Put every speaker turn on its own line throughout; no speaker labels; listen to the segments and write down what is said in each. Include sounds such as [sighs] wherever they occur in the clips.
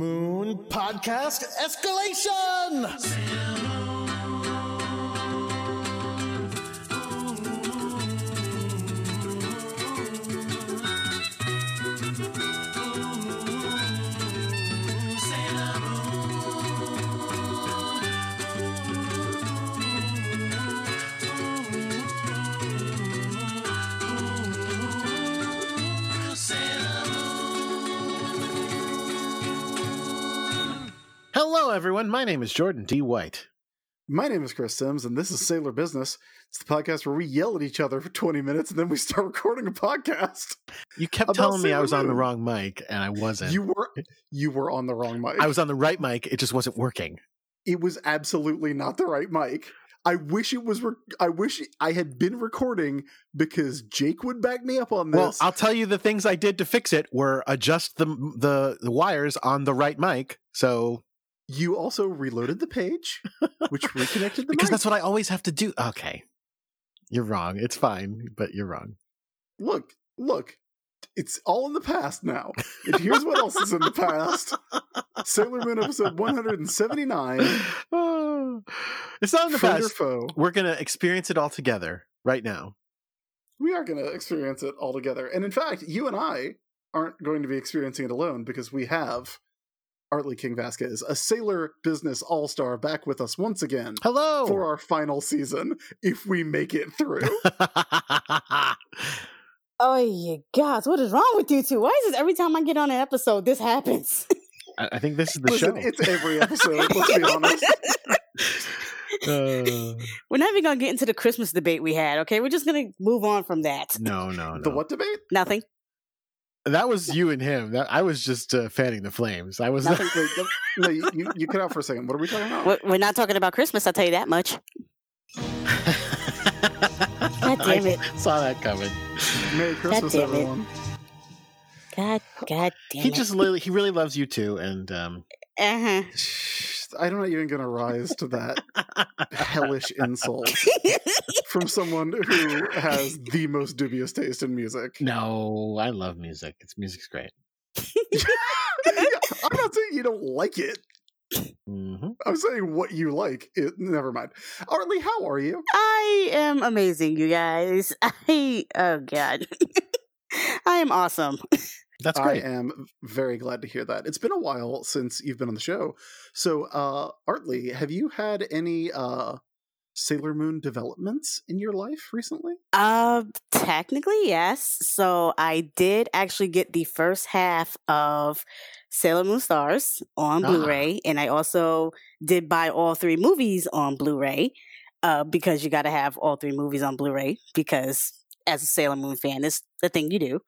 Moon Podcast Escalation! Hello, everyone. My name is Jordan D. White.
My name is Chris Sims, and this is Sailor Business. It's the podcast where we yell at each other for 20 minutes and then we start [laughs] recording a podcast.
You kept
About
telling me I
Sailor
was on the
Moon.
wrong mic, and I wasn't.
You were you were on the wrong mic.
I was on the right mic, it just wasn't working.
it was absolutely not the right mic. I wish it was. Re- I wish I had been recording because Jake would back me up on
Well,
this.
I'll tell you the things I did to fix it were adjust the, the, the wires on the right mic. So,
you also reloaded the page, which reconnected
[laughs]
the
because
mic.
that's what I always have to do. Okay. You're wrong. It's fine, but you're wrong.
look, look, it's all in the past now. And here's what else is in
[laughs]
the past: Sailor Moon episode 179.
Oh. [sighs] it's not in the
Friend or
past.
foe.
We're going to experience it all together right now.
we are going to experience it all together. And in fact, you and I aren't going to be experiencing it alone because we have Artley King Vasquez, a sailor business all star, back with us once again
Hello.
for our final season if we make it through.
[laughs]
Oh, you guys, what is wrong with you two? Why is this every time I get on an episode, this happens? [laughs]
I I think this is [laughs] the
Listen,
show.
it's every episode,
[laughs]
let's be honest. [laughs]
Uh,
We're not even gonna get into the Christmas debate we had, okay? We're just gonna move on from that.
no, no, no.
The what debate?
[laughs]
Nothing.
That was you and him. That I was just uh, fanning the flames. I was.
No, wait, wait, no, you, you, you cut out for a second. What are we talking about?
We're, we're not talking about Christmas, I'll tell you that much. God damn it.
[laughs] I [laughs] saw that coming.
Merry Christmas,
damn it.
everyone.
God, God damn
he
it.
just li- he really loves you too, and
[laughs]
um,
Uh
I'm not even going to rise to that hellish insult
huh.
from someone who has the most dubious taste in music.
no, I love music. It's music's great.
Yeah, I'm not saying you don't like it.
hmm
I'm saying what you like. It, never mind. Artley, how are you?
[laughs] I am amazing, you guys. [laughs] I oh god. [laughs] I am awesome.
That's
I
great.
am very glad to hear that. It's been a while since you've been on the show. So, uh, Artley, have you had any uh, Sailor Moon developments in your life recently?
Uh, technically, yes. So I did actually get the first half of Sailor Moon Stars on
Ah.
Blu-ray, and I also did buy all three movies on Blu-ray. Uh, because you got to have all three movies on Blu-ray because as a Sailor Moon fan, it's the thing you do.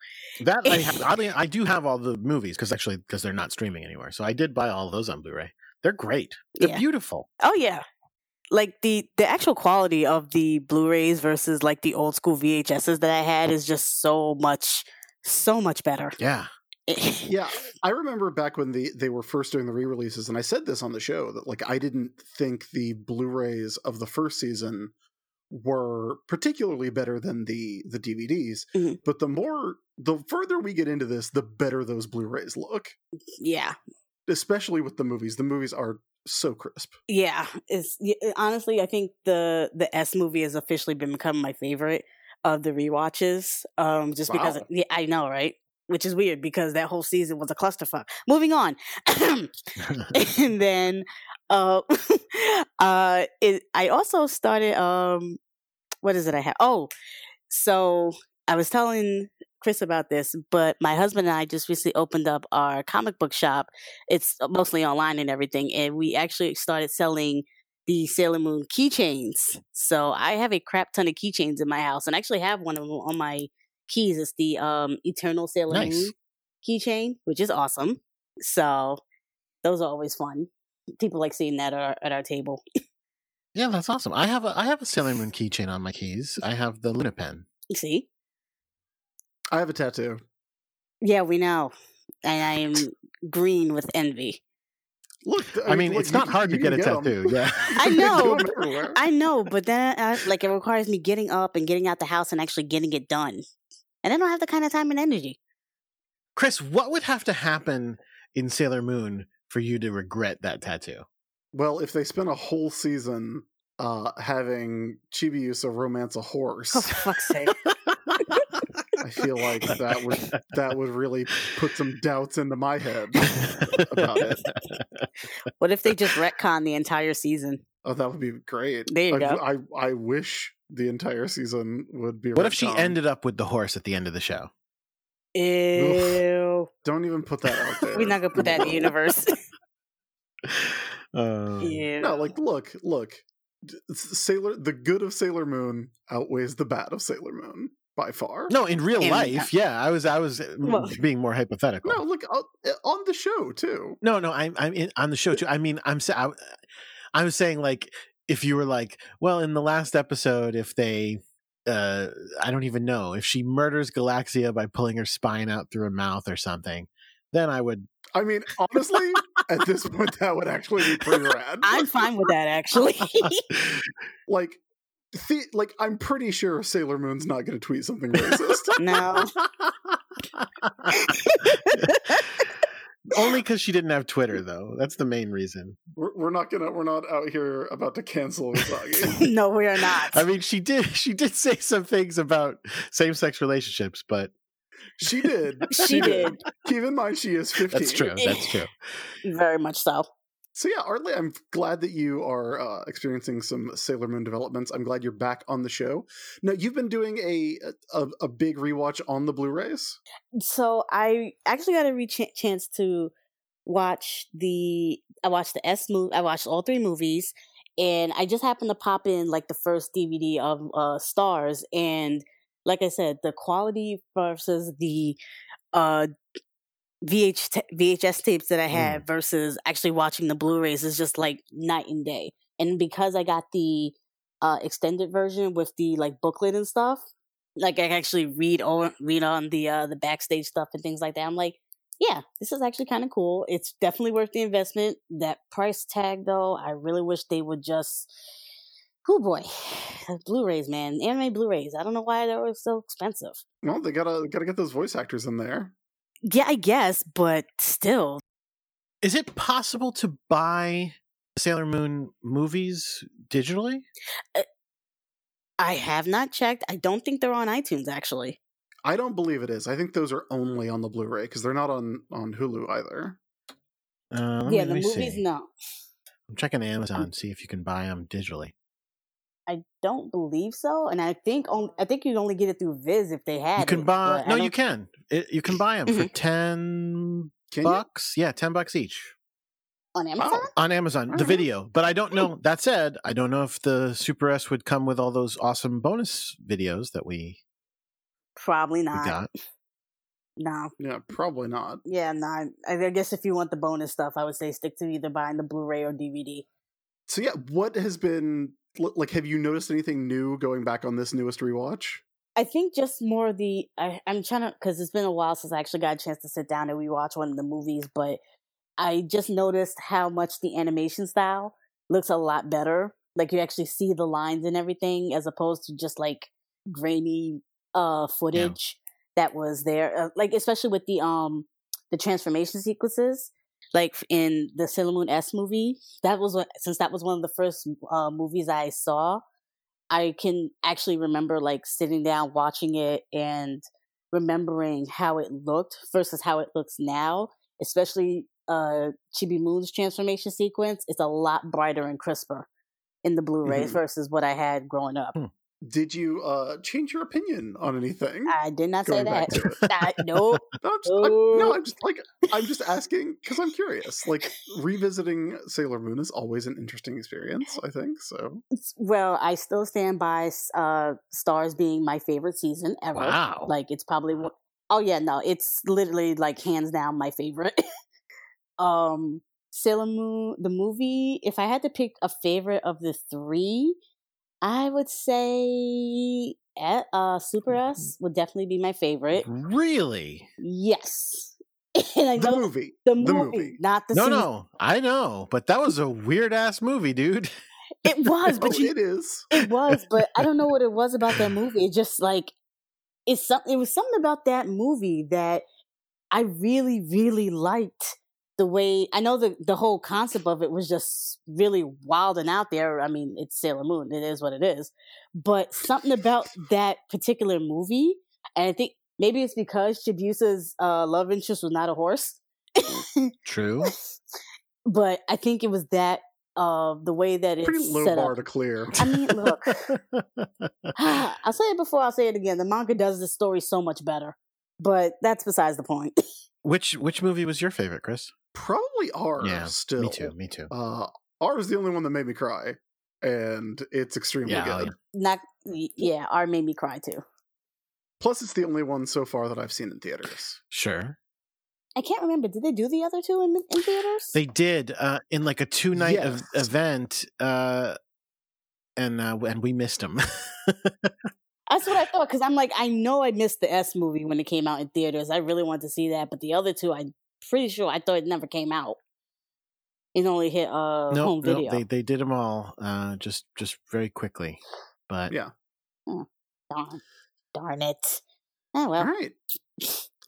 that I
[laughs]
have, oddly, I do have all the movies because actually because they're not streaming anywhere. So I did buy all those on Blu-ray. They're great. They're
Yeah.
beautiful.
Oh yeah. Like the the actual quality of the Blu-rays versus like the old school VHSs that I had is just so much so much better.
Yeah. [laughs]
Yeah, I remember back when the they were first doing the re-releases, and I said this on the show that like I didn't think the Blu-rays of the first season were particularly better than the the DVDs.
Mm-hmm.
Mhm.
But the more the further we get into this, the better those Blu-rays look,
[laughs] yeah.
especially with the movies. The movies are so crisp.
Yeah, it's y- uh, honestly, I think the the S movie has officially been become my favorite of the rewatches. Um, just because
Wow.
yeah, I know, right? Which is weird because that whole season was a clusterfuck. Moving on, [laughs] and then uh, [laughs] uh, it, I also started um, what is it I have? Oh, so I was telling Chris about this, but my husband and I just recently opened up our comic book shop. It's uh, mostly online and everything, and we actually started selling the Sailor Moon keychains. So I have a crap ton of keychains in my house, and I actually have one of them on my keys. It's the um, Eternal Sailor
Nice.
Moon keychain, which is awesome. So those are always fun. People like seeing that at our, at our table.
yeah, that's awesome. I have a I have a Sailor Moon keychain on my keys. I have the Luna pen.
See,
I have a tattoo.
Yeah, we know. And I am green with envy.
Look,
I mean,
look,
it's
you
not
can-
hard to
you can
get a
'em. [laughs]
tattoo. Yeah.
[laughs] I
[laughs]
You can do
know,
'em everywhere.
I know, but then I, like it requires me getting up and getting out the house and actually getting it done. And I don't have the kind of time and energy.
Chris, what would have to happen in Sailor Moon for you to regret that tattoo. [laughs]
Well, if they spent a whole season uh, having Chibiusa romance a horse,
Oh, for fuck's sake.
I feel like that would that would really put some doubts into my head. About [laughs] it.
[laughs] What if they just retcon the entire season?
Oh, that would be great.
There you
I,
go.
I I wish the entire season would be.
What if she
retconned.
ended up with the horse at the end of the show?
Ew.
Don't even put that out there. [laughs]
We're not going to put that in the universe.
Um,
Ew.
No, like look, look. Sailor, the good of Sailor Moon outweighs the bad of Sailor Moon by far.
No, in real
In-
life, yeah, I was I was uh, m-
Well-
being more hypothetical.
no, look on- on the show too.
No, no, I'm I'm in, on the show too. I mean, I'm sa- I, I was saying like if you were like, well, in the last episode, if they, uh, I don't even know if she murders Galaxia by pulling her spine out through her mouth or something, then I would.
I mean,
[laughs]
honestly, at this point, that would actually be pretty rad.
I'm fine with that, actually. [laughs]
like, the, like I'm pretty sure Sailor Moon's not going to tweet something racist.
no.
Only because she didn't have Twitter, though. That's the main reason.
we're, we're not gonna. We're not out here about
[laughs]
to cancel Usagi.
No, we are not.
I mean, she did. [laughs] She did say some things about same-sex relationships, but
she did.
she did.
Keep in mind, she is 15.
that's true. That's true.
Very much so.
So yeah, Artley, I'm glad that you are uh, experiencing some Sailor Moon developments. I'm glad you're back on the show. Now you've been doing a a, a big rewatch on the Blu-rays.
so I actually got a re- cha- chance to watch the I watched the S movie. I watched all three movies, and I just happened to pop in like the first DVD of uh, Stars, and like I said, the quality versus the uh, VH t- VHS tapes that I had versus actually watching the Blu-rays is just like night and day. And because I got the uh, extended version with the like booklet and stuff, like I actually read on read on the uh the backstage stuff and things like that. I'm like, yeah, this is actually kind of cool. It's definitely worth the investment. That price tag though, I really wish they would just Oh boy, [sighs] Blu-rays, man, anime Blu-rays. I don't know why they were so expensive.
Well, they gotta gotta get those voice actors in there.
Yeah, I guess, but still,
Is it possible to buy Sailor Moon movies digitally?
I have not checked. I don't think they're on iTunes actually.
I don't believe it is. I think those are only on the Blu-ray because they're not on on Hulu either.
Uh, let me-
yeah, the
let me
movies Mm.
see.
no.
I'm checking Amazon see if you can buy them digitally.
I don't believe so, and I think on, I think you'd only get it through Viz if they had.
You can
it,
buy.
but
No,
I don't Mm-hmm.
you can. It, you can buy them for ten
Can you?
bucks. Yeah, ten bucks each
on Amazon.
Wow.
on Amazon. The
Mm-hmm.
Alright.
video, but I
Hmm.
don't know. That said, I don't know if the Super S would come with all those awesome bonus videos that we,
Probably
we
not.
got.
No.
Yeah, probably not.
Yeah, no. I, I guess if you want the bonus stuff, I would say stick to either buying the Blu-ray or DVD.
So yeah, what has been like? Have you noticed anything new going back on this newest rewatch?
I think just more the I, I'm trying to because it's been a while since I actually got a chance to sit down and rewatch one of the movies, but I just noticed how much the animation style looks a lot better. Like you actually see the lines and everything, as opposed to just like grainy uh footage that was there. Uh, like especially with the um the transformation sequences, like in the Sailor Moon S movie. That was what since that was one of the first uh, movies I saw. I can actually remember like sitting down watching it and remembering how it looked versus how it looks now, especially uh Chibi Moon's transformation sequence. It's a lot brighter and crisper in the Blu-rays
Mhm.
versus what I had growing up.
Did you uh change your opinion on anything?
I did not say
Going back
that.
to it. [laughs]
I, nope.
No, I'm just, I'm, no, I'm just like I'm just asking because I'm curious. Like revisiting Sailor Moon is always an interesting experience. I think so.
Well, I still stand by uh Stars being my favorite season ever.
Wow.
Like it's probably one- oh yeah, no, it's literally like hands down my favorite. [laughs] um Sailor Moon the movie, if I had to pick a favorite of the three, I would say eh, uh Super S would definitely be my favorite.
Mm-hmm. really?
Yes. [laughs] and I
The
know
movie.
the movie,
the movie.
not the
no,
season.
no, I know, but that was a weird ass movie,
[laughs]
dude.
It was, but
oh,
you
it is.
It was, but I don't know what it was about that movie. It just like it's some, it was something about that movie that I really, really liked the way I know the the whole concept of it was just really wild and out there. I mean, it's Sailor Moon; it is what it is. But something about that particular movie, and I think maybe it's because Chibiusa's uh, love interest was not a horse, [laughs]
True.
but I think it was that uh, the way that it's
Pretty low
set
bar
up.
to clear.
I mean, look, [sighs] I'll say it before I'll say it again. The manga does the story so much better, but that's besides the point. [laughs]
which which movie was your favorite, Chris?
Probably are
Yeah,
still.
Me too. Me too.
Uh, R is the only one that made me cry, and it's extremely
Yeah, oh,
good.
yeah.
Not, yeah, R made me cry too.
Plus, it's the only one so far that I've seen in theaters.
Sure.
I can't remember. Did they do the other two in, in theaters?
They did uh, in like a two night ev-
Yes.
event, uh, and uh, and we missed [laughs] them.
That's what I thought because I'm like, I know I missed the S movie when it came out in theaters. I really wanted to see that, but the other two, I'm pretty sure I thought it never came out. It only hit uh,
no,
home
no,
video.
they they did them all uh, just just very quickly. But
Yeah.
darn, darn it. Oh
All
well.
right.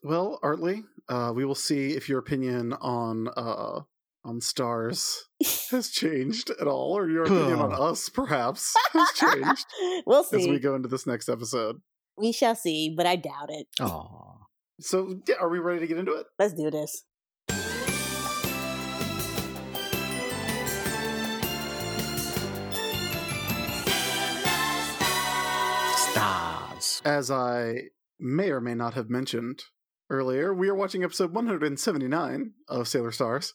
Well, Artley, uh, we will see if your opinion on uh, on stars has changed at all, or your opinion on us perhaps has changed
[laughs] we'll
as
see.
we
We,
go into this next episode.
shall see, but I doubt it.
oh,
So, yeah, are we ready to get into it?
Let's do this.
stars.
As I may or may not have mentioned earlier, we are watching episode 179 of Sailor Stars,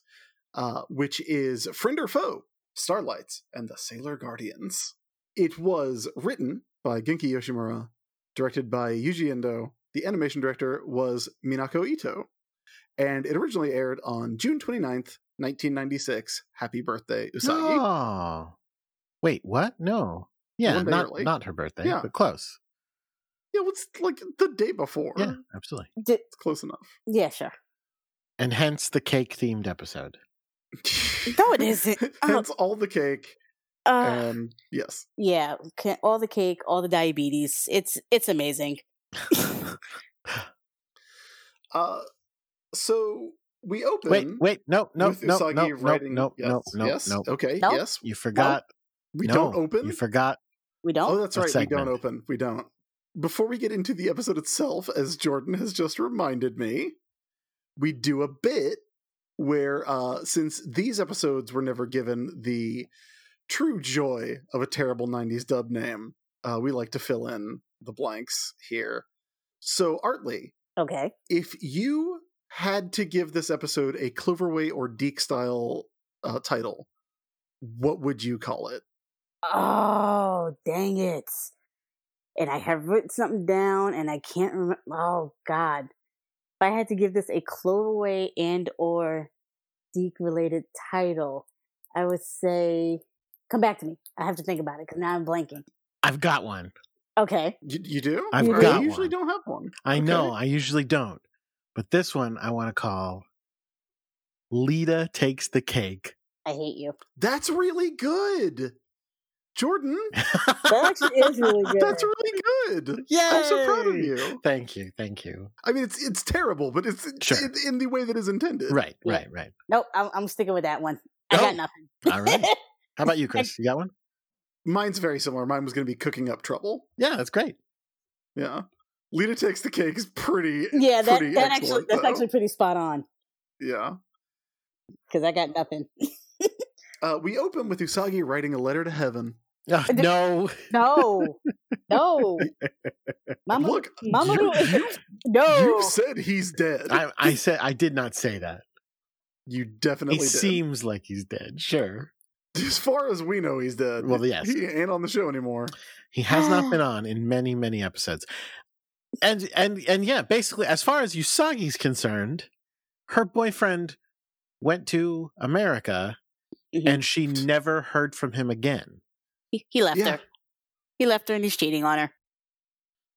uh, which is Friend or Foe, Starlights, and the Sailor Guardians. It was written by Genki Yoshimura, directed by Yuji Endo. The animation director was Minako Ito, and it originally aired on June 29th, 1996. Happy birthday, Usagi.
Oh, wait, what? No, yeah,
One day
not
early.
not her birthday,
Yeah.
but close.
Yeah, what's like the day before?
Yeah, absolutely.
D-
It's close enough.
yeah, sure.
And hence the cake themed
[laughs]
episode.
No, it isn't. Oh.
Hence all the cake.
Uh,
And yes.
yeah, ca- all the cake, all the diabetes. It's it's amazing.
Uh, so we open.
wait, wait, no, no,
with
no, no,
Usagi
no, no,
writing-
no,
yes,
no, no,
yes, Oh, Okay.
No.
Yes.
You forgot.
We
no,
don't open.
You forgot.
We
oh,
don't.
that's
the
right. We don't
segment.
open. We don't. Before we get into the episode itself, as Jordan has just reminded me, we do a bit where, uh, since these episodes were never given the true joy of a terrible 90s dub name, uh, we like to fill in the blanks here. So, Artley,
okay.
if you had to give this episode a Cloverway or Deke style uh, title, what would you call it?
Oh, dang it. And I have written something down and I can't remember. Oh, God. If I had to give this a Cloverway and or Deke related title, I would say, come back to me. I have to think about it because now I'm blanking.
I've got one.
Okay.
You, you do?
I've
Alright,
got
I usually
one.
don't have one.
I
Okay.
know. I usually don't, but this one I want to call. Lita takes the cake.
I hate you.
That's really good. Jordan,
That
[laughs]
actually is really
[laughs]
good.
that's really good.
yeah,
I'm so proud of you.
Thank you, thank you.
I mean, it's it's terrible, but it's it's
Sure.
in, in the way that is intended.
Right,
Yeah.
right, right.
nope, I'm, I'm sticking with that one. I got
Oh,
nothing. [laughs]
All right. How about
[laughs]
you, Chris? You got one?
Mine's very similar. Mine was going to be cooking up trouble.
Yeah, that's great.
Yeah. Lita takes the cake is pretty.
yeah, that,
pretty
that actually,
excellent,
that's
though.
actually pretty spot on
Yeah.
because I got nothing.
Uh, we open with Usagi writing a letter to heaven.
Ugh,
And
[laughs]
the-
no,
No, [laughs] no. Mama,
Look,
Mama,
you-
is a-
you-
[laughs] no.
You said he's dead.
I, I said I did not say that.
you definitely
He
did.
seems like he's dead. Sure,
[laughs] as far as we know, he's dead.
Well, yes.
he ain't on the show anymore.
he has
[gasps]
not been on in many, many episodes. And and and yeah, basically, as far as Usagi's concerned, her boyfriend went to America,
Mm-hmm.
Mhm.
and she never heard from him again.
he, he left
Yeah.
her. He left her, and he's cheating on her.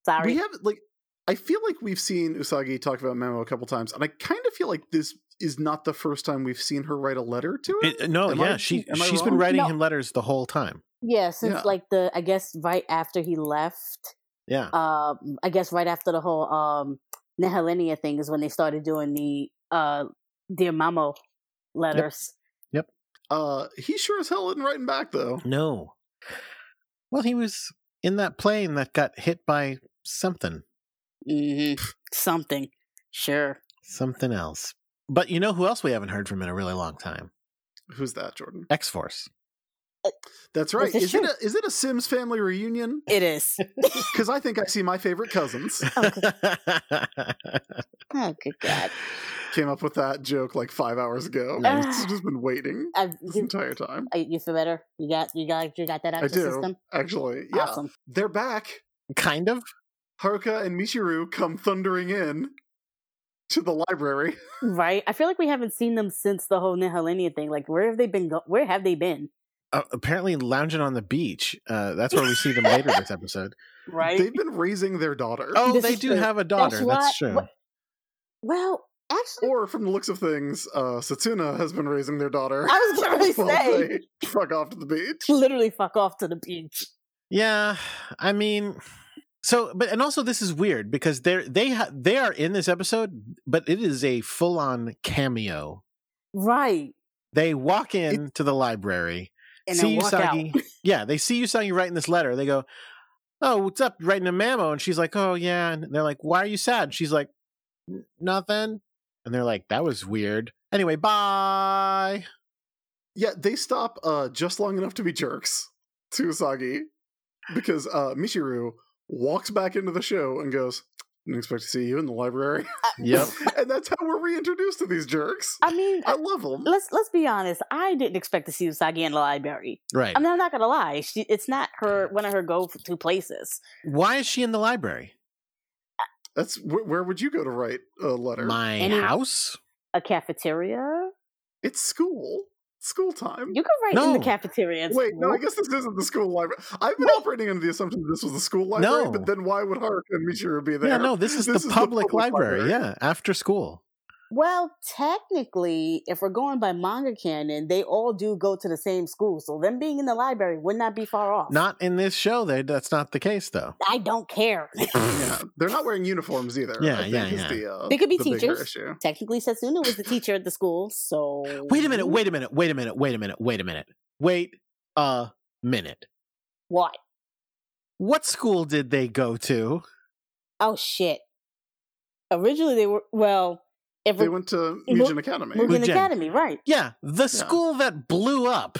Sorry.
We have like, I feel like we've seen Usagi talk about Memo a couple times, and I kind of feel like this is not the first time we've seen her write a letter to him.
It- uh, no,
Am I-
yeah, she
am I
she's been
wrong?
writing
No.
him letters the whole time.
yeah, since
Yeah.
like the I guess right after he left,
Oh.
Yeah,
um, I guess right after the whole um Nihilinia thing is when they started doing the uh Dear Mamo letters.
Uh, he sure as hell isn't writing back though.
No. Well, he was in that plane that got hit by something,
hmm Something. Sure.
something else. But you know who else we haven't heard from in a really long time?
Who's that, Jordan?
X Force.
That's right.
this
Is it,
true?
a, is it a Sims family
[laughs]
reunion? [laughs]
It is.
Because I think I see my favorite cousins.
[laughs]
Oh, good God.
Came up with that joke like five hours ago.
Nice.
It's just been waiting
I,
this
Ah. you,
entire time.
I- you feel better? You got you got you got that out
I
of your
do.
system?
Actually, yeah,
Awesome.
they're back.
kind of.
Haruka and Michiru come thundering in to the library.
Right? I feel like we haven't seen them since the whole Nihilinia thing. Like where have they been go- where have they been?
Uh, apparently, lounging on the beach. Uh, that's where we see them later this episode.
Right?
They've been raising their daughter.
[laughs] Oh,
This
they
is
do
true.
have a daughter. That's,
That's why-
true.
what- well, actually
Or from the looks of things, uh, Satsuna has been raising their daughter.
I was
[laughs]
gonna
while
say.
they fuck off to the beach.
[laughs] literally fuck off to the beach.
Yeah, I mean, so but and also this is weird because they're they ha- they are in this episode, but it is a full on cameo.
Right.
They walk in to the library,
And
see
then walk out.
Usagi. Yeah, they see Usagi writing this letter. They go, "Oh, what's up?" Writing a memo, and she's like, "Oh yeah," and they're like, "Why are you sad?" And she's like, "N- "Nothing," and they're like, "That was weird." Anyway, bye.
Yeah, they stop uh, just long enough to be jerks to Usagi because uh, Michiru walks back into the show and goes, "Didn't expect to see you in the library,"
Yep.
[laughs] and that's how we're reintroduced to these jerks.
I mean
I love them.
let's let's be honest. I didn't expect to see Usagi in the library.
[laughs] Right.
I'm not, I'm not gonna lie. She, it's not her one of her go to places.
Why is she in the library?
That's wh- where would you go to write a letter?
My
Any-
house.
A cafeteria.
It's school. School time.
You can write in the
No.
cafeteria. at
Wait, no, I
school.
guess this isn't the school library. I've been
Wait.
operating under the assumption that this was the school library,
No.
but then why would Haruka and Michiru be there?
Yeah, no, this is the public library. Yeah, after school.
Well, technically, if we're going by manga canon, they all do go to the same school. So them being in the library would not be far off.
Not in this show. They, that's not the case, though.
I don't care.
[laughs]
[laughs]
Yeah, they're not wearing uniforms either.
Yeah,
I think
yeah,
is
yeah.
The, uh,
They could be
the bigger
teachers.
Issue.
technically, Setsuna was the teacher at the school. So
Wait a minute. Wait a minute. Wait a minute. Wait a minute. Wait a minute. Wait a minute.
What?
What school did they go to?
Oh shit! Originally, they were well. If
They
we're
went to
Mu-
Mugen Academy.
Mugen
Mugen.
Academy, right?
Yeah, the school that blew up.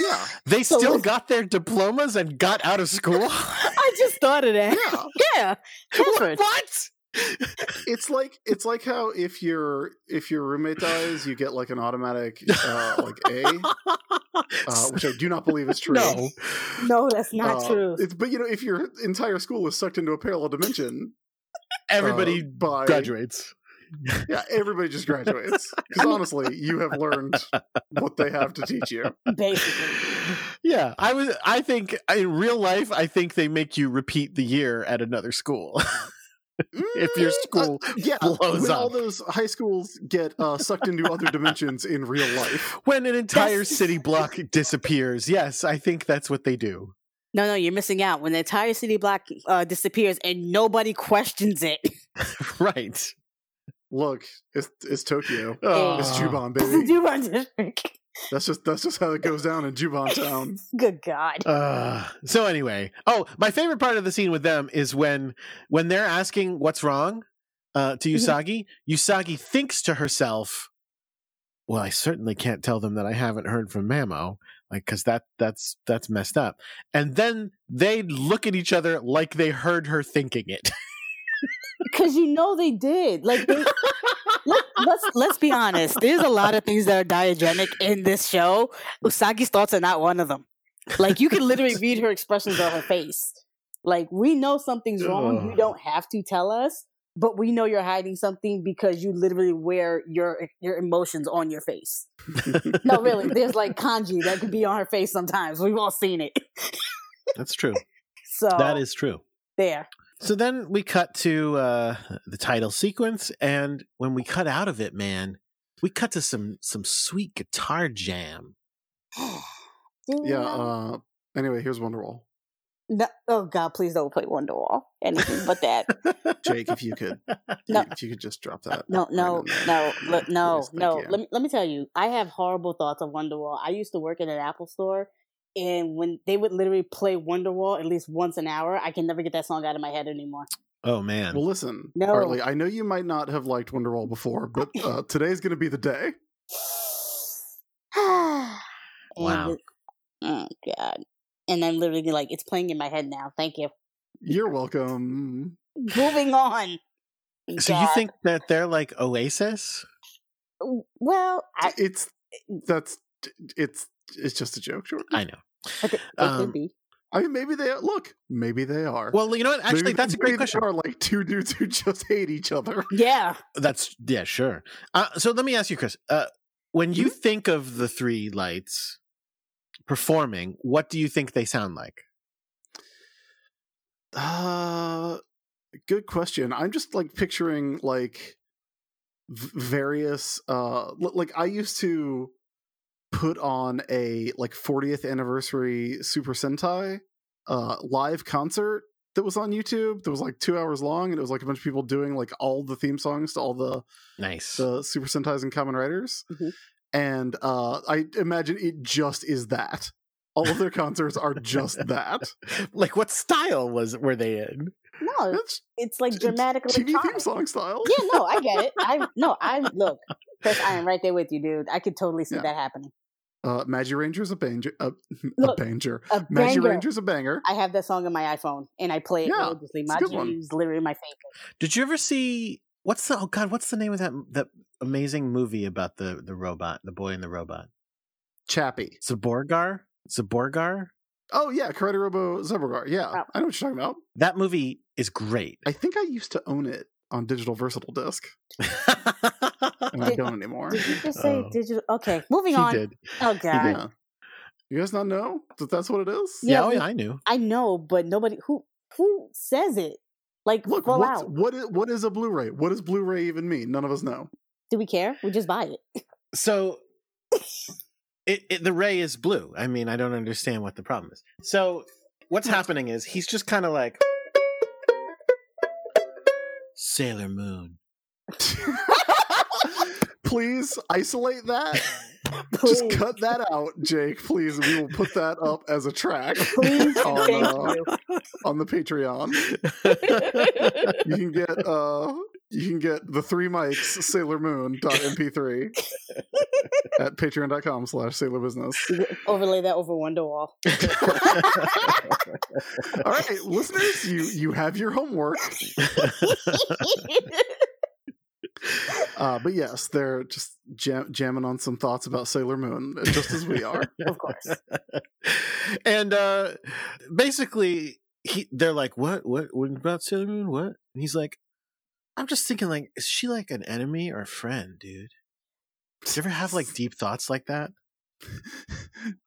yeah,
They
So
still
it's-
got their diplomas and got out of
[laughs]
school.
I just thought of that.
yeah.
Yeah,
what? [laughs]
Hanford.
Uh,
It's like it's like how if your if your roommate dies, you get like an automatic uh, like
[laughs]
A, uh, which I do not believe is true.
no.
No, that's not
Uh, [laughs]
true.
It's, but you know, if your entire school is sucked into a parallel dimension,
Everybody
uh, by-
graduates.
yeah, everybody just graduates. Because honestly, you have learned what they have to teach you.
Basically,
[laughs] Yeah, I was. I think in real life, I think they make you repeat the year at another school [laughs] if your
Mm,
school
uh, yeah,
blows
when all
up.
those high schools get uh, sucked into other dimensions in real life.
when an entire
That's-
city block disappears. Yes, I think that's what they do. [laughs]
no, no, you're missing out. When the entire city block uh, disappears and nobody [laughs] questions it,
Right.
Look, it's it's Tokyo. It's
Ah.
Juban,
It's [laughs] the
[laughs]
baby.
Dubon district.
That's just that's just how it goes down
[laughs]
in Juban Town.
Good God.
Uh, so anyway, oh, my favorite part of the scene with them is when when they're asking what's wrong uh, to
Mhm.
Usagi. Usagi thinks to herself, "Well, I certainly can't tell them that I haven't heard from Mamo, like because that that's that's messed up." And then they look at each other like they heard her thinking it. [laughs]
Because you know they did. Like, they, let, let's let's be honest. There's a lot of things that are diegetic in this show. Usagi's thoughts are not one of them. Like, you can
[laughs]
literally read her expressions on her face. Like, we know something's wrong. You
Ugh.
don't have to tell us, but we know you're hiding something because you literally wear your your emotions on your face.
[laughs]
No, really. There's like kanji that could be on her face sometimes. We've all seen it. [laughs]
That's true.
So
That is true.
there.
So then we cut to uh, the title sequence, and when we cut out of it, man, we cut to some some sweet guitar jam.
Do you [sighs]
Yeah.
know?
Uh, anyway, here's Wonderwall.
No, oh God, please don't play Wonderwall. Anything but
[laughs]
that.
Jake, if you could,
No.
if you could just drop
Uh,
that.
No, no, no,
[laughs]
look, no,
Please, thank
no.
you.
Let me let me tell you, I have horrible thoughts of Wonderwall. I used to work in an Apple store, and when they would literally play Wonderwall at least once an hour, I can never get that song out of my head anymore. [sighs]
Oh man.
Well, listen,
No.
Hartley, I know you might not have liked Wonderwall before, but uh, today's going to be the day.
And
Wow.
it- oh God. And I'm literally like, it's playing in my head now. Thank you.
You're welcome.
Moving on.
so you
God.
think that they're like Oasis?
Well, I,
it's that's it's it's just a joke. Sure.
I know.
but they, they
Um,
could be.
I mean, maybe they look. Maybe they are.
Well, you know what? Actually,
Maybe-
that's a great
maybe
question.
They are like two dudes who just hate each other.
Yeah.
That's yeah, sure. Uh, so let me ask you, Chris. Uh, when you
Mm-hmm.
think of the three lights performing, what do you think they sound like?
Uh, good question. I'm just like picturing like v- various uh l- like I used to put on a like 40th anniversary Super Sentai uh live concert that was on YouTube that was like 2 hours long and it was like a bunch of people doing like all the theme songs to all the
Nice.
the Super Sentais and Common Riders.
Mhm.
And uh I imagine it just is that. All of their concerts are
[laughs]
just that.
[laughs] like, what style was were they in?
No,
That's
it's like
it's
dramatically.
TV theme
timed.
song style.
yeah, no, I get it. I no, I look, Chris, I am right there with you, dude. I could totally see
Yeah.
that happening.
Uh, Magi Ranger's a banger. A, a
Look,
banger.
A
Magi
banger.
Ranger's a banger.
I have that song on my iPhone, and I play it
Yeah,
religiously.
it's a good
Maji
one.
is literally my favorite.
Did you ever see what's the oh god what's the name of that that amazing movie about the the robot the boy and the robot
Chappie.
Zaborgar Zaborgar
Oh yeah, Karate Robo Zebragar. Yeah,
Oh.
I know what you're talking about.
that movie is great.
I think I used to own it on digital versatile disc, and I
Did-
don't anymore.
Did you just say
Oh.
digital? Okay, moving
he
on.
did.
Oh God,
Yeah. You guys not know that that's what it is?
Yeah,
Yeah,
oh,
we-
yeah, I knew.
I know, but nobody who who says it like
Look,
full
what's,
out.
what is what is a Blu-ray? What does Blu-ray even mean? None of us know.
Do we care? We just buy [laughs] it.
So [laughs] it, it the ray is blue. I mean, I don't understand what the problem is. So what's happening is he's just kind of like Sailor Moon. [laughs]
[laughs] please isolate that.
Please,
Just cut that out, Jake. Please, we will put that up as a track
[laughs] please,
Oh,
thank
no.
you.
on the Patreon.
[laughs]
you can get uh you can get the three mics sailor moon dot mp3 at patreon.com slash sailor business
Overlay that over Wonderwall. [laughs]
all right listeners you you have your homework uh but yes they're just jam- jamming on some thoughts about sailor moon just as we are
of course.
[laughs] and uh basically he they're like what what what about sailor moon what and he's like i'm just thinking like is she like an enemy or a friend dude do you ever have like deep thoughts like that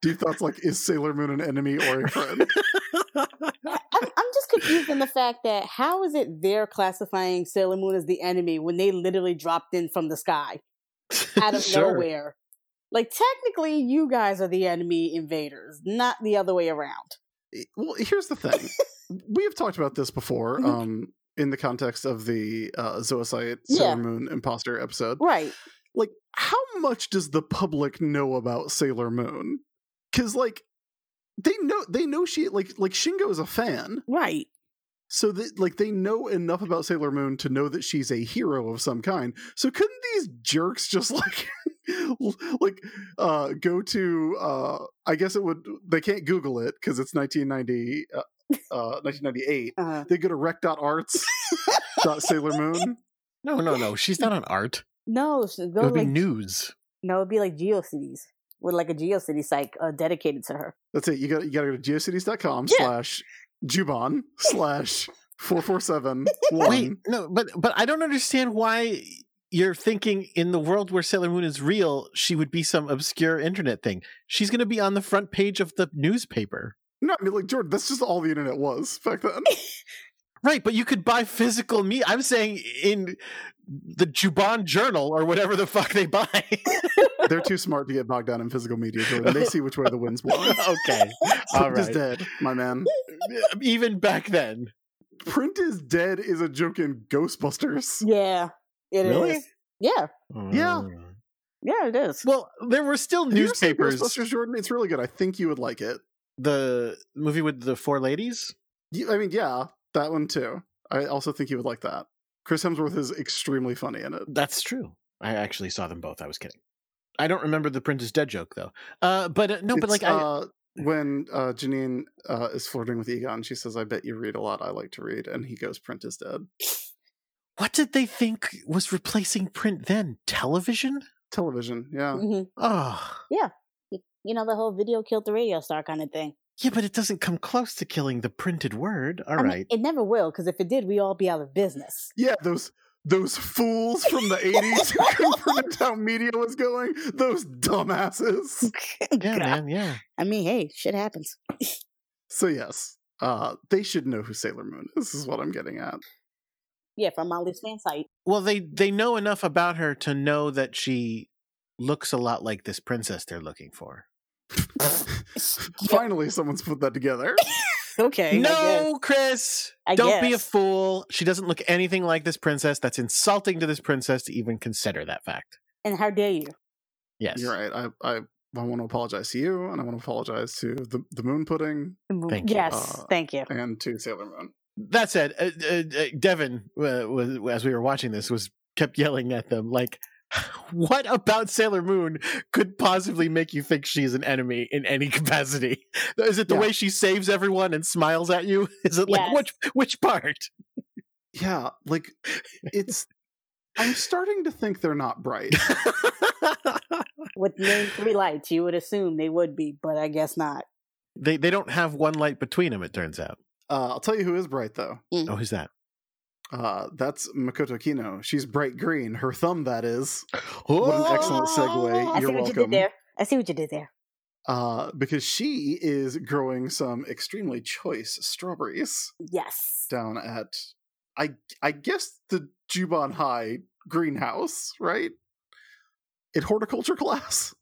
deep thoughts like is sailor moon an enemy or a friend
I'm, I'm just confused in the fact that how is it they're classifying Sailor Moon as the enemy when they literally dropped in from the sky out [laughs] of
Sure.
nowhere? Like technically, you guys are the enemy invaders, not the other way around.
eh, well here's the thing we have talked about this before
Mhm.
um in the context of the uh zoocyte sailor
Yeah.
moon imposter episode
Right.
like how much does the public know about Sailor Moon? Cuz like they know they know she like like Shingo is a fan.
Right.
So that like they know enough about Sailor Moon to know that she's a hero of some kind. So couldn't these jerks just [laughs] like like uh go to uh I guess it would they can't google it cuz it's 1990 uh, uh 1998.
Uh-huh.
They go to rec.arts dot Sailor Moon.
no no no she's not on art
No, so
it
go
would be
like
news
no, it'd be like GeoCities with like a GeoCity site uh, dedicated to her.
That's it. You got you got to go to geocities.com
Yeah.
slash Juban slash four four seven
wait
one.
no but but i don't understand why you're thinking in the world where sailor moon is real she would be some obscure internet thing she's going to be on the front page of the newspaper
No, I mean like Jordan. That's just all the internet was back then.
Right, but you could buy physical meat. I'm saying in the Juban Journal or whatever the fuck they [laughs] buy.
They're too smart to get [laughs] bogged down in physical media. Jordan. They see which way the wind's blowing.
okay, all
Print is
right.
dead, my man.
even back then.
Print is dead is a joke in Ghostbusters.
Yeah, it is.
Really?
Yeah,
Yeah.
Mm.
yeah, it is.
Well, there were still
Have you ever seen
newspapers.
Ghostbusters, Jordan. It's really good. I think you would like it.
The movie with the four ladies.
You, I mean, yeah, that one too. I also think you would like that. Chris Hemsworth is extremely funny in it.
That's true. I actually saw them both. I was kidding. I don't remember the Print is Dead joke though. Uh, but uh, no, but
It's,
like I,
uh, when uh, Janine uh, is flirting with Egon, she says, "I bet you read a lot. I like to read," and he goes, "Print is dead."
what did they think was replacing print then? Television?
Television, yeah.
Mhm.
Oh,
You know the whole video killed the radio star kind of thing.
yeah, but it doesn't come close to killing the printed word. All
I
right.
mean, it never will because if it did, we all be out of business.
Yeah, those those fools from the 80s who couldn't predict how media was going. Those
[laughs]
dumbasses.
yeah, man. Yeah.
I mean, hey, shit happens.
So yes, uh, they should know who Sailor Moon is. This is what I'm getting at.
Yeah, from Molly's fan site.
Well, they they know enough about her to know that she looks a lot like this princess they're looking for.
Finally, someone's put that together.
Okay.
No, Chris.
I
don't be a
guess.
fool. She doesn't look anything like this princess. That's insulting to this princess to even consider that fact.
And how dare you?
Yes.
You're right. I I, I want to apologize to you, and I want to apologize to the the Moon Pudding
Thank you.
yes,
Uh,
thank you.
and to Sailor Moon.
That said, uh, uh, uh, Devin, uh, was, as we were watching this, was kept yelling at them like, [laughs] "What about Sailor Moon could possibly make you think she's an enemy in any [laughs] capacity? Is it the
Yeah.
way she saves everyone and smiles at you? [laughs] Is it like
Yes.
which which part?" [laughs]
Yeah, like it's. I'm starting to think they're not bright.
With name three lights, you would assume they would be, but I guess not.
they they don't have one light between them. It turns out.
Uh, I'll tell you who is bright though.
Oh, who's that?
Uh, that's Makoto Kino. She's bright green. Her thumb, that is,
What
an excellent segue.
I see
You're
what you
welcome.
did there. I see what you did there.
uh, because she is growing some extremely choice strawberries
Yes.
down at, I I guess the Juban High greenhouse, right? In horticulture class.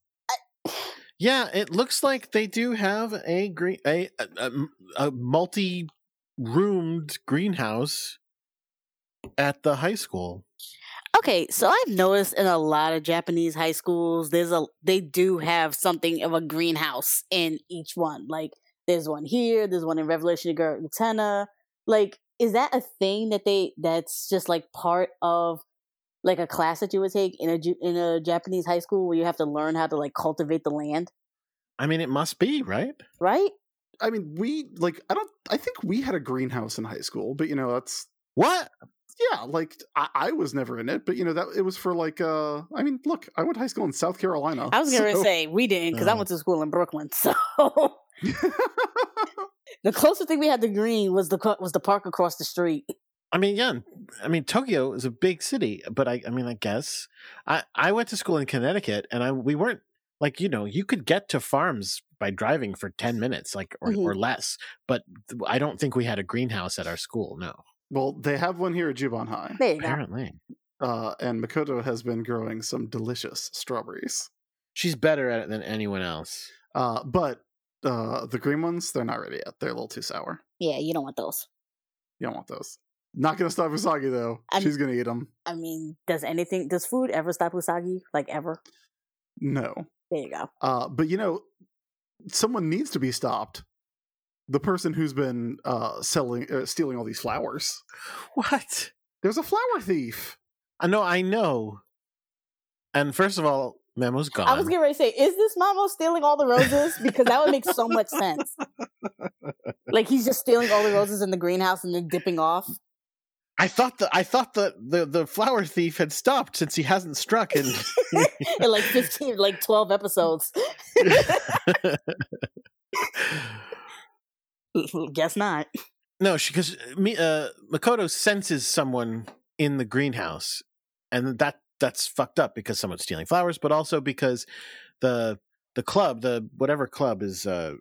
Yeah, it looks like they do have a green a a, a- a multi-roomed greenhouse at the high school.
Okay, so I've noticed in a lot of Japanese high schools, there's a they do have something of a greenhouse in each one. Like there's one here, there's one in Revolutionary Girl Antenna. Like, is that a thing that they that's just like part of like a class that you would take in a Ju- in a Japanese high school where you have to learn how to like cultivate the land,
I mean, it must be right.
right?
I mean, we like. I don't. I think we had a greenhouse in high school, but you know that's
What?
yeah like I, I was never in it but you know that it was for like uh i mean look i went to high school in south carolina
I was gonna
so-
say we didn't because I
Oh.
went to school in Brooklyn. [laughs] So the closest thing we had to green was the co- was the park across the street.
I mean, yeah. I mean, Tokyo is a big city, but I, I mean, I guess I, I went to school in Connecticut, and I we weren't like you know you could get to farms by driving for ten minutes, like or,
Mhm.
or less. But th- I don't think we had a greenhouse at our school. No,
[laughs] well they have one here at juban high
There you go.
apparently
uh and makoto has been growing some delicious strawberries
she's better at it than anyone else.
uh but uh the green ones they're not ready yet they're a little too sour
Yeah, you don't want those.
you don't want those not gonna stop usagi though
I'm-
she's gonna eat them
I mean, does anything does food ever stop Usagi? Like ever?
no
There you go.
uh but you know someone needs to be stopped the person who's been uh selling uh, stealing all these flowers
What?
there's a flower thief
I know, Uh, I know. And first of all, Memo's gone.
I was getting ready to say, is this Mamo stealing all the roses? Because that would make so much sense. Like he's just stealing all the roses in the greenhouse and then dipping off. [laughs]
I thought the I thought the, the the flower thief had stopped since he hasn't struck [laughs] in
in like fifteen, like twelve episodes. [laughs] Guess not.
No, she because me uh, Makoto senses someone in the greenhouse, and that that's fucked up because someone's stealing flowers, but also because the the club, the whatever club is, uh,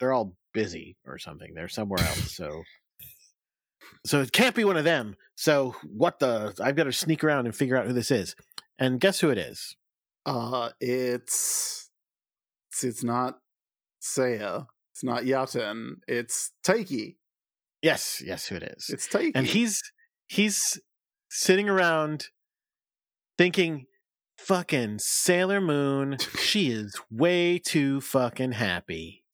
they're all busy or something. They're somewhere else, so so it can't be one of them. So what the? I've got to sneak around and figure out who this is. And guess who it is?
Uh, it's it's, it's not Saya. It's not Yaten. It's Taiki.
Yes, yes, who it is.
It's Taiki.
and he's he's sitting around thinking fucking sailor
[laughs]
moon she is way too fucking happy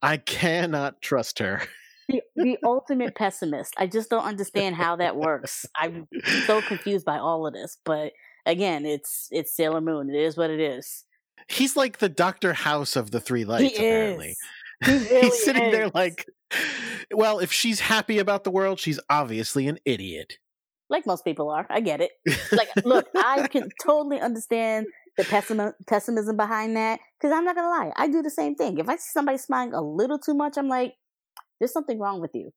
i cannot trust her
The, the ultimate pessimist. I just don't understand how that works. I'm so confused by all of this, but again, it's it's Sailor Moon. It is what it is.
[laughs] he's like the doctor house of the three lights
he
apparently
is. He
[laughs]
really
he's sitting there
is.
like well if she's happy about the world she's obviously an idiot
like most people are. I get it. Like, look, I can totally understand the pessimism pessimism behind that because I'm not gonna lie, I do the same thing. If I see somebody smiling a little too much, I'm like, there's something wrong with you.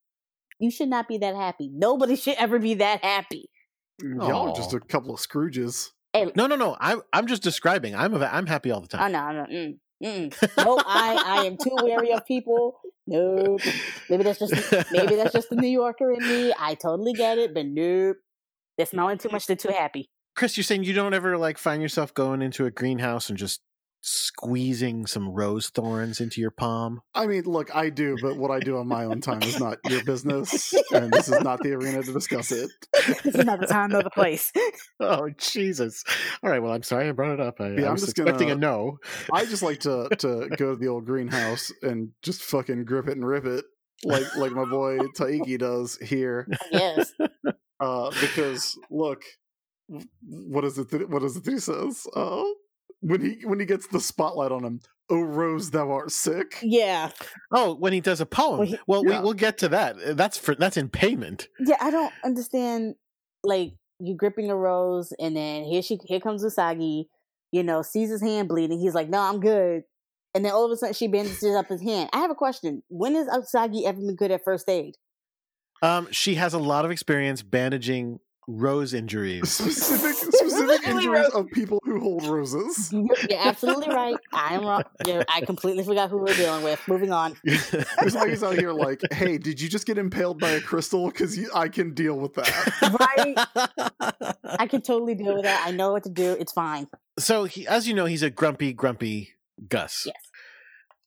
You should not be that happy. Nobody [laughs] should ever be that happy.
Y'all are just
Aw.
a couple of Scrooges.
[laughs] no no no I, i'm just describing i'm a, i'm happy all the
Oh
time
no, no, mm, mm. no. I, I am too wary of people. Nope.
[laughs]
Maybe that's just maybe that's just the New Yorker in me. I totally get it, but nope. They're smiling too much. They're too happy. [laughs]
Chris, you're saying you don't ever like find yourself going into a greenhouse and just squeezing some rose thorns into your palm. [laughs]
I mean, look, I do, but what I do on my own time is not your business, and this is not the arena to discuss it.
This is not the time nor the place.
Oh Jesus! All right, well, I'm sorry I brought it up. I,
Yeah,
I
I'm
was
just
expecting
gonna-
a no.
I just like to to go to the old greenhouse and just fucking grip it and rip it, like like my boy Taiki does here.
Yes.
Uh, because look, what is it? That, what is it that he says? Uh, when he when he gets the spotlight on him, oh Rose, thou art
[laughs]
sick.
[laughs] Yeah.
Oh, when he does a poem.
Well,
Well,
he-
Yeah.
we, we'll get to that. Uh, That's for that's in payment.
Yeah, I don't understand. Like you gripping a rose, and then here she here comes Usagi. You know, sees his hand bleeding. He's like, "No, I'm good." And then all of a sudden, she bandages up his hand. I have a question. When has Usagi ever been good at first aid?
Um, she has a lot of experience bandaging rose
[laughs]
injuries.
Specific specific
Literally
injuries
Rose.
of people who hold roses.
You're, you're absolutely right. I'm wrong. You're, I completely forgot who we're dealing with. Moving on.
[laughs]
There's always out here like, hey, did you just get impaled by a crystal? Because I can deal with that.
Right. [laughs] I can totally deal with that. I know what to do. It's fine.
so he, as you know, he's a grumpy, grumpy Gus.
Yes.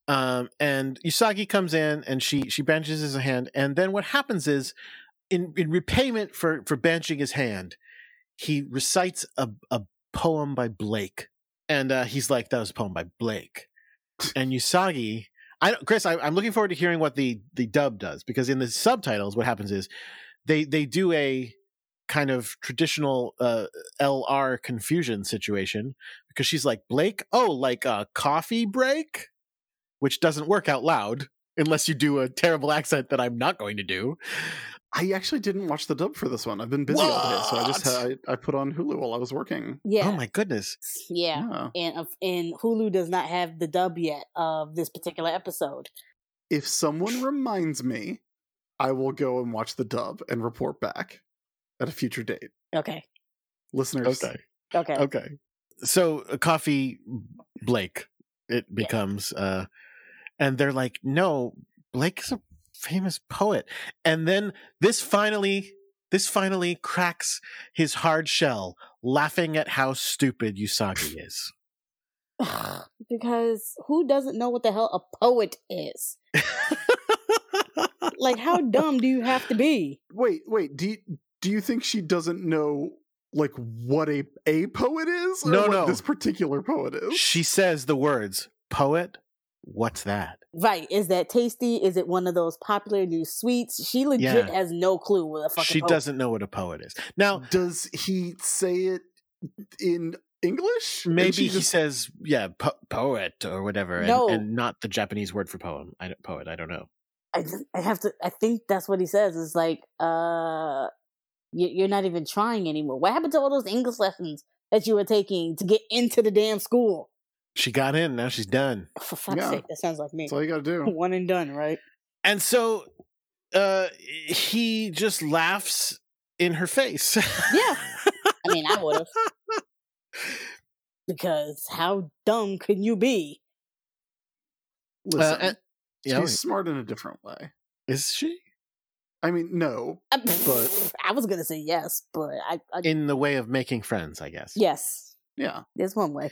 Um, and Usagi comes in and she she bandages his hand, and then what happens is, in in repayment for for banching his hand, he recites a a poem by Blake, and uh, he's like, "That was a poem by Blake," and Usagi. I don't, Chris, I, I'm looking forward to hearing what the the dub does because in the subtitles, what happens is they they do a kind of traditional uh, LR confusion situation because she's like Blake, oh, like a coffee break, which doesn't work out loud unless you do a terrible accent that I'm not going to do.
[laughs] I actually didn't watch the dub for this one. I've been busy all day, so I just had, I, I put on Hulu while I was working.
Yeah.
Oh my goodness!
yeah. and of and Hulu does not have the dub yet of this particular episode.
If someone reminds me, I will go and watch the dub and report back at a future date.
Okay.
Listeners,
Okay.
okay. So uh, coffee Blake, it becomes, uh, and they're like, no, Blake's a famous poet, and then this finally. This finally cracks his hard shell, laughing at how stupid Usagi is.
because who doesn't know what the hell a poet is? Like how dumb do you have to be?
wait, wait. Do you, do you think she doesn't know like what a a poet is,
No,
what
no.
this particular poet is?
she says the words, poet, what's that?
Right. Is that tasty? Is it one of those popular new sweets? She legit
Yeah.
has no clue what a fucking
She
poet-
doesn't know what a poet is. Now,
Does he say it in English? And
maybe
she
he
just-
says, yeah, po- poet or whatever, and,
No.
and not the Japanese word for poem. I don't, poet, I don't know.
I, just- I have to I think that's what he says. It's like, uh you- you're not even trying anymore. What happened to all those English lessons that you were taking to get into the damn school?
She got in, now she's done.
For fuck's
Yeah.
sake, that sounds like me.
That's all you gotta
Oh, uh,
do.
[laughs] One and done, right?
And so uh, he just laughs in her face. [laughs]
Yeah. [laughs] I mean, I would have. Because how dumb can you be?
Listen,
and- eh, yeah,
she's smart in a different way.
is she?
I mean, no.
I,
But-
Um, [laughs] I was gonna say yes, but I, I
In the way of making friends, I guess.
yes,
[laughs]
Yeah.
there's one way.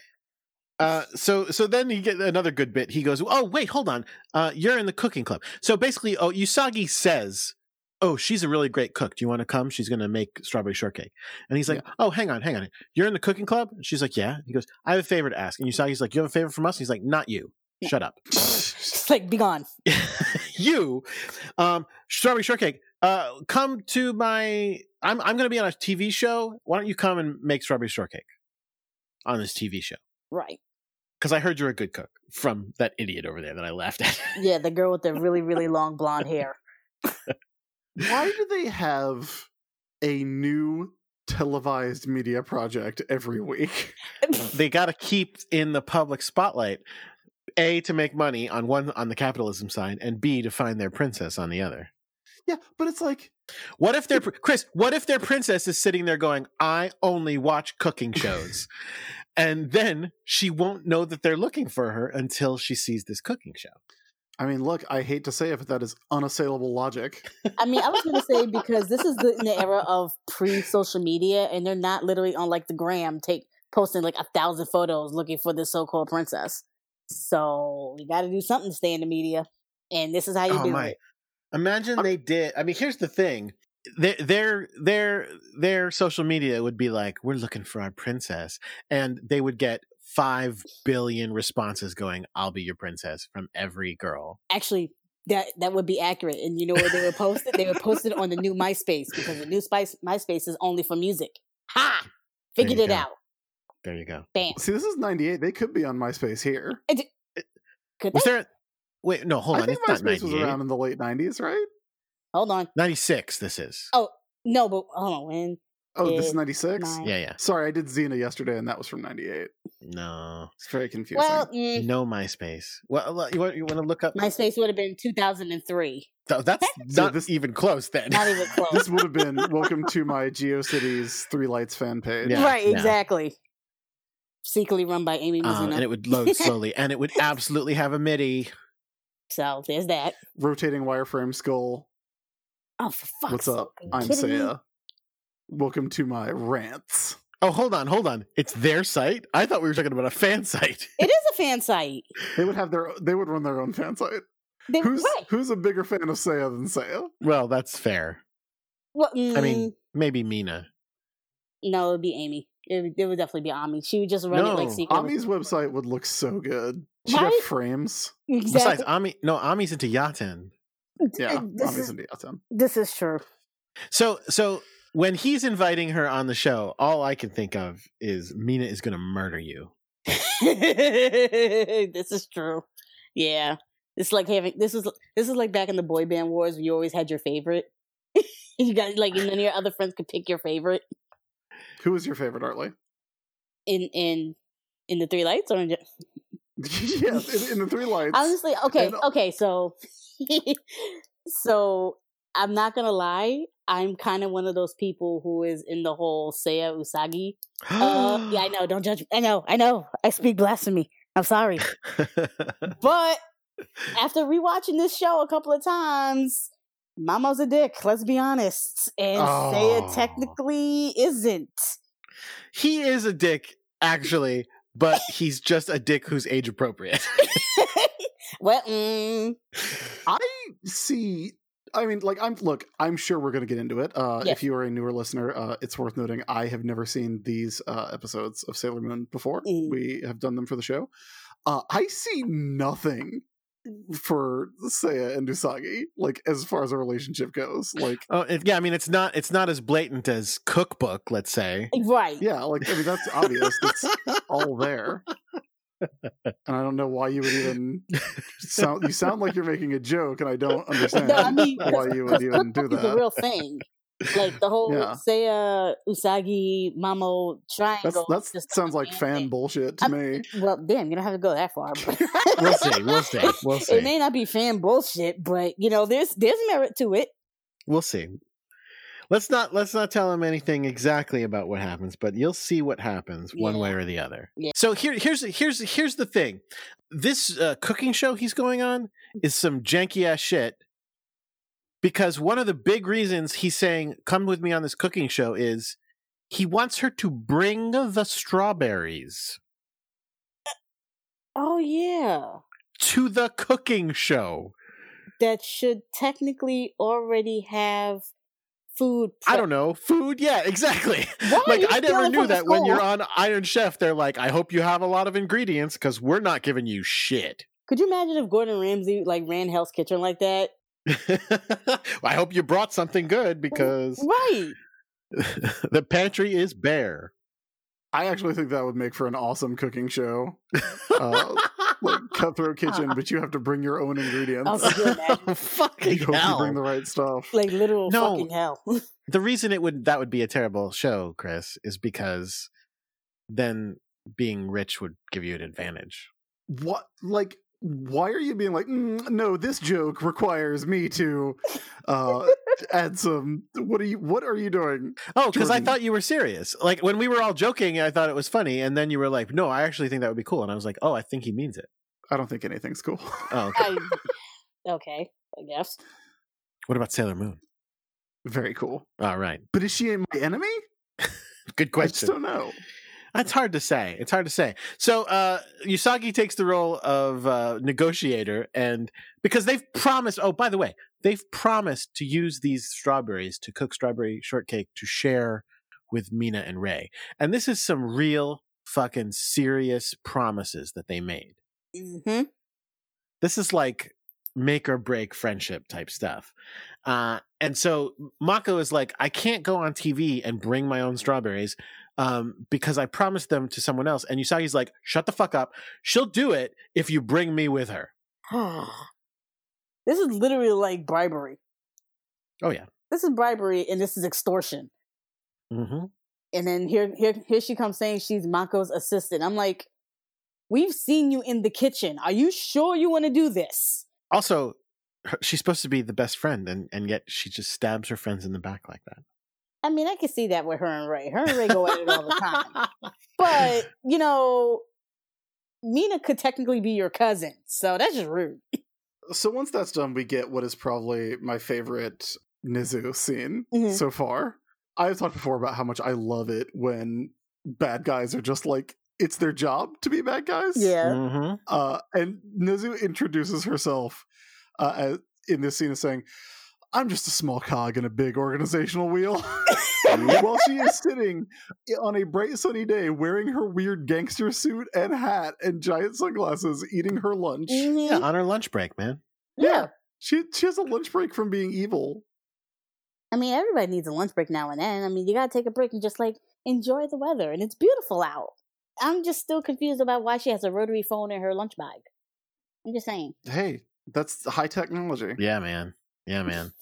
Uh, so so then you get another good bit. He goes, "Oh wait, hold on. Uh, you're in the cooking club." So basically, oh Usagi says, "Oh, she's a really great cook. Do you want to come? She's going to make strawberry shortcake." And he's like, "Oh, hang on, hang on. You're in the cooking club?" And she's like, "Yeah." He goes, "I have a favor to ask." And Usagi's like, "You have a favor from us?" And he's like, "Not you.
Yeah.
Shut up. [laughs]
Just like, be gone.
you, um, strawberry shortcake. Uh, come to my. I'm I'm going to be on a TV show. Why don't you come and make strawberry shortcake on this TV show?"
Right.
because I heard you're a good cook from that idiot over there that I laughed at. [laughs]
Yeah, the girl with the really, really long blonde hair.
Why do they have a new televised media project every week? [laughs]
they got to keep in the public spotlight, a to make money on one on the capitalism side, and b to find their princess on the other.
Yeah, but it's like
What if their pr- Chris? What if their princess is sitting there going, "I only watch cooking shows," and then she won't know that they're looking for her until she sees this cooking show.
I mean, look, I hate to say it, but that is unassailable logic.
I mean, I was gonna say because this is the, in the era of pre-social media, and they're not literally on like the gram, take posting like a thousand photos looking for this so-called princess. So you got to do something to stay in the media, and this is how you
oh
do
my!
it.
Imagine they did. I mean, here's the thing: their their their their social media would be like, "We're looking for our princess," and they would get five billion responses going, "I'll be your princess" from every girl.
Actually, that that would be accurate. And you know where they were posted? they were posted on the new MySpace because the new Spice MySpace is only for music. Ha!
There
Figured
you
it
go.
out.
There you go.
Bam.
See, this is 98. They could be on MySpace here.
Could
Was
they?
there? a- Wait, no, hold
I
on.
think
It's not
MySpace was
ninety eight.
around in the late 90s, right?
Hold on.
Ninety six. This is.
Oh, No, but hold on. When
Oh, this is
It's
96?
nine.
Yeah, yeah.
Sorry, I did Xena yesterday, and that was from 98.
No,
It's very confusing.
well, [laughs] mm,
no MySpace. Well, you want you want to look up?
MySpace would have been 2003.
Th- That's
[laughs] So
not
this-
even close. Then [laughs]
Not even close.
this would have been welcome to my GeoCities Three Lights fan page.
Yeah,
right,
yeah.
exactly. Secretly run by Amy
Uh,
Mizuno.
and it would load slowly, and it would absolutely have a MIDI.
so there's that.
Rotating wireframe skull.
Oh, for fuck's
What's up?
sake, are you
I'm
kidding me?
Saya. Welcome to my rants.
Oh, hold on, hold on. It's their site? I thought we were talking about a fan [laughs] site.
It is a fan site.
They would have their they would run their own fan site.
They,
Who's
right.
who's a bigger fan of Saya than Saya?
Well, that's fair.
Well, mm,
I mean, maybe Mina.
no, it would be Amy. It would, it would definitely be Ami. She would just run it like
No,
secretly.
Ami's
[laughs]
website would look so good. She'd have
Right?
frames.
Besides,
Exactly.
Ami, no, Ami's into Yaten.
Yeah,
this,
Ami's
is,
in Yatem.
this is true.
So, so when he's inviting her on the show, all I can think of is Mina is going to murder you.
[laughs]
[gasps]
this is true. Yeah. It's like having this is this is like back in the boy band wars where you always had your favorite. [laughs] you got like and none of your other friends could pick your favorite
Who is your favorite,
[laughs]
Artley?
in in in the three lights or in, ju-
[laughs] yes, in, in the three lights.
honestly okay
and-
okay so [laughs] so I'm not gonna lie I'm kind of one of those people who is in the whole Seiya Usagi uh, [gasps] yeah I know don't judge me I know I know I speak blasphemy I'm sorry But after rewatching this show a couple of times, Mama's a dick, let's be honest. And
Oh.
Saya technically isn't.
[laughs]
[laughs]
he is a dick, actually, but he's just a dick who's age appropriate. [laughs]
well, mm,
I see. I mean, like, I'm look. I'm sure we're going to get into it. Uh,
Yes.
If you are a newer listener, uh, it's worth noting I have never seen these uh, episodes of Sailor Moon before.
Mm.
We have done them for the show. Uh, I see nothing for Seiya and Usagi, like as far as a relationship goes. Like,
oh, it, yeah, I mean, it's not it's not as blatant as Cookbook, let's say.
right.
yeah, like I mean, that's obvious. It's all there. And I don't know why you would even sound. You sound like you're making a joke, and I don't understand
[laughs] No, I mean, [laughs]
why you would even do
It's a
that.
real thing. Like the whole
Yeah.
Saya Usagi Mamo
That's
triangle.
that's
just
sounds like
a
fan
thing.
bullshit to
I'm-
me.
Well, damn, you don't have to go that far.
[laughs]
but-
We'll see. We'll see. We'll see.
[laughs] It may not be fan bullshit, but you know, there's there's merit to it.
we'll see let's not let's not tell him anything exactly about what happens but you'll see what happens one way or the other
Yeah.
so here here's here's here's the thing this uh, cooking show he's going on
Mm.
is some janky ass shit because one of the big reasons he's saying come with me on this cooking show is he wants her to bring the strawberries
Oh yeah.
to the cooking show.
That should technically already have food.
I don't know. Food, yeah, exactly. [laughs]
Why are you
like I never
stealing
knew
from the
that when you're
store?
on Iron Chef, they're like, I hope you have a lot of ingredients because we're not giving you shit. [laughs]
Could you imagine if Gordon Ramsay like ran Hell's Kitchen like that?
I hope you brought something good because
Right.
[laughs] the pantry is
[laughs]
bare.
I actually think that would make for an awesome cooking show, [laughs] uh,
[laughs]
like Cutthroat Kitchen. But you have to bring your own ingredients.
Ah. Oh,
[laughs]
could you
[laughs]
imagine?
Fucking
you hope you
hell.
bring the right stuff.
Like literal
No.
fucking hell. [laughs]
the reason it would that would be a terrible show, Chris, is because then being rich would give you an advantage.
what? Like, why are you being like, "Mm, no? This joke requires me to uh, add some. What are you? What are you doing?
Oh, because I
Jordan.
thought you were serious. Like when we were all joking, I thought it was funny, and then you were like, "No, I actually think that would be cool," and I was like, "Oh, I think he means it."
I don't think anything's cool. [laughs]
Oh, okay.
[laughs] I, okay, I guess.
what about Sailor Moon?
Very cool.
All right,
But is she my enemy?
good
I just
question.
don't know.
It's hard to say. It's hard to say. So uh, Usagi takes the role of uh, negotiator, and because they've promised. Oh, by the way, they've promised to use these strawberries to cook strawberry shortcake to share with Mina and Ray, and this is some real fucking serious promises that they made.
Mm-hmm. [sighs]
this is like make or break friendship type stuff. Uh, and so Mako is like, I can't go on TV and bring my own strawberries um, because I promised them to someone else. And Usagi's like, shut the fuck up. She'll do it if you bring me with her.
this is literally like bribery.
Oh, yeah.
This is bribery, and this is extortion.
Mm-hmm.
And then here, here, here she comes saying she's Mako's assistant. I'm like, we've seen you in the kitchen. Are you sure you want to do this?
Also, her, she's supposed to be the best friend, and, and yet she just stabs her friends in the back like that.
I mean, I can see that with her and Ray. Her and Ray go at it all the time. [laughs] But you know, Mina could technically be your cousin, so that's just rude.
So once that's done, we get what is probably my favorite Nizu scene
Mhm.
so far. I've talked before about how much I love it when bad guys are just like it's their job to be bad guys.
Mhm.
Uh, and Nizu introduces herself uh, as, in this scene as saying, "I'm just a small cog in a big organizational wheel." [laughs]
Mm,
While she is sitting on a bright sunny day, wearing her weird gangster suit and hat and giant sunglasses, eating her lunch.
Mhm.
Yeah, uh, on her lunch break, man.
yeah.
She she has a lunch break from being evil.
I mean, everybody needs a lunch break now and then. I mean, you gotta take a break and just like enjoy the weather, and it's beautiful out. I'm just still confused about why she has a rotary phone in her lunch bag. I'm just saying.
Hey, that's high technology.
Yeah, man. Yeah, man.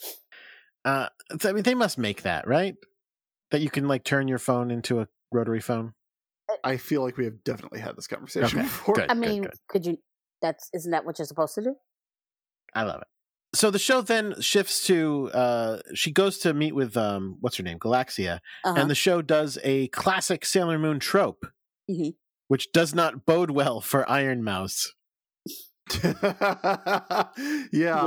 Uh, th- I mean, they must make that right. That you can like turn your phone into a rotary phone.
I feel like we have definitely had this conversation
Okay,
before.
good.
I mean,
good.
could you? That's isn't that what you're supposed to do?
I love it. So the show then shifts to uh, she goes to meet with um, what's her name, Galaxia,
Uh-huh.
and the show does a classic Sailor Moon trope,
Mhm.
which does not bode well for Iron Mouse.
[laughs] yeah.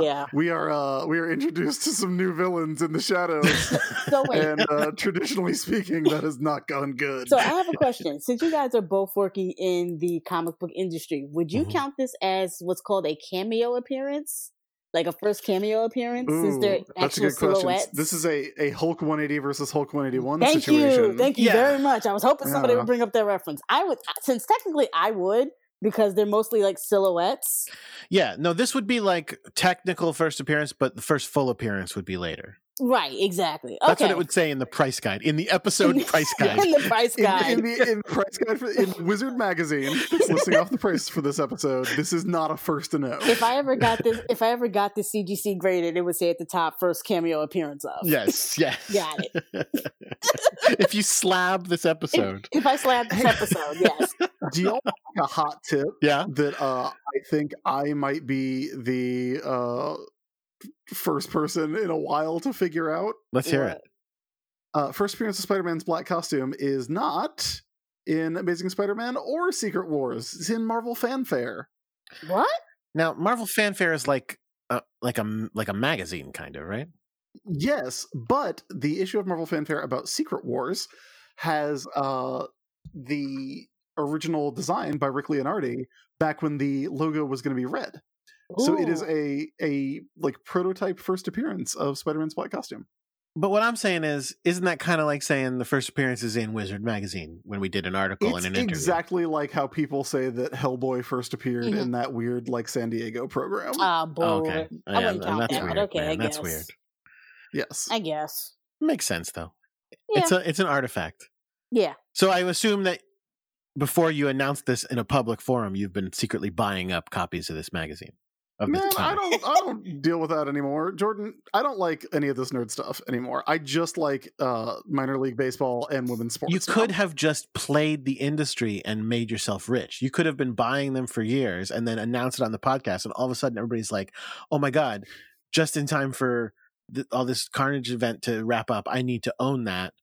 yeah.
We are uh we are introduced to some new villains in the shadows.
Oh,
[laughs]
So [laughs] wait.
and
[laughs]
uh, traditionally speaking, that has not gone good.
So I have a question. Since you guys are both working in the comic book industry, would you
Mhm.
Mm-hmm.
count this as what's called a cameo appearance? Like a first cameo appearance since they're
Ooh, that's a
actual
good question.
silhouettes?
This is a, a Hulk 180 versus Hulk 181
Thank
situation.
you. Thank you
Yeah.
very much. I was hoping somebody
Yeah.
would bring up that reference. I would since technically I would because they're mostly like silhouettes.
Yeah, no, this would be like technical first appearance, but the first full appearance would be later.
Right, exactly. Okay.
That's what it
[laughs]
would say in the price guide, in the episode price guide.
in the price
in,
guide.
in
[laughs]
the in the price guide for, in Wizard magazine that's listing off the prices for this episode. This is not a first to know.
if I ever got this if I ever got this CGC graded, it would say at the top first cameo appearance of.
Yes, yes.
Got
it. if you slab this episode,
If I slap
[laughs]
this episode, yes.
Do y'all like a hot tip
yeah.
that uh, I think I might be the uh, first person in a while to figure out?
Let's hear
Right.
it.
Uh, first appearance of Spider Man's black costume is not in Amazing Spider Man or Secret Wars. It's in Marvel Fanfare.
What?
Now, Marvel Fanfare is like uh, like a m- like a magazine kind of, right?
Yes, but the issue of Marvel Fanfare about Secret Wars has uh the original design by Rick Leonardi back when the logo was going to be red. So it is
Ooh.
a a like prototype first appearance of Spider-Man's black costume.
But what I'm saying is, isn't that kind of like saying the first appearance is in Wizard magazine when we did an article
it's
and an interview?
exactly like how people say that Hellboy first appeared
Mhm.
in that weird like San Diego program.
Ah,
Oh,
boring.
okay,
I
yeah,
wouldn't count
that's
that,
weird.
but okay,
man.
I
that's
guess.
weird.
yes.
I guess.
Makes sense though.
Yeah.
It's a it's an artifact.
yeah.
So I assume that before you announced this in a public forum, you've been secretly buying up copies of this magazine. Of this
Man, I
comic.
don't I don't deal with that anymore. Jordan, I don't like any of this nerd stuff anymore. I just like uh minor league baseball and women's sports.
You
now.
could have just played the industry and made yourself rich. You could have been buying them for years and then announced it on the podcast, and all of a sudden everybody's like, "Oh my god!" Just in time for th- all this Carnage event to wrap up, I need to own that,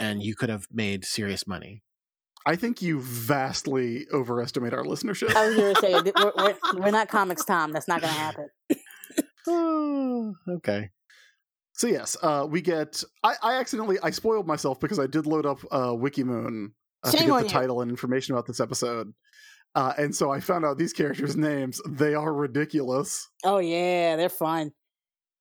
and you could have made serious money.
I think you vastly overestimate our listenership.
I was going to say, th- we're, we're, [laughs] we're not comics, Tom. That's not going to happen.
Oh, okay.
So yes, uh, we get. I, I accidentally I spoiled myself because I did load up uh, WikiMoon uh, to
Shame
get the
on you.
title and information about this episode, uh, and so I found out these characters' names. They are ridiculous.
Oh, yeah. They're fun.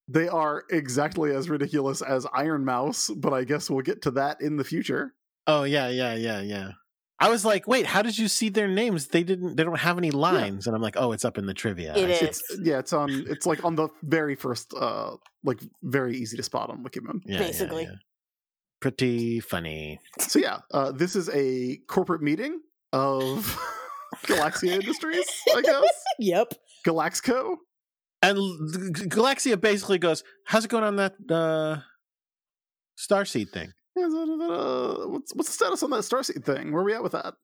They are exactly as ridiculous as Iron Mouse, but I guess we'll get to that in the future.
Oh yeah, yeah, yeah, yeah. I was like, wait, how did you see their names? They didn't. They don't have any lines, and I'm like, oh, it's up in the trivia.
It
I see.
is.
Yeah, it's on. It's like on the very first, uh, like very easy to spot on WikiMoon.
Yeah, yeah,
Basically.
yeah. pretty funny.
So yeah, uh, this is a corporate meeting of [laughs] Galaxia Industries, I
[laughs]
guess.
[laughs] Yep.
Galaxco.
And L- G- Galaxia basically goes, "How's it going on that uh, starseed thing?
Yeah, so, uh, What's what's the status on that Starseed thing? Where are we at with that?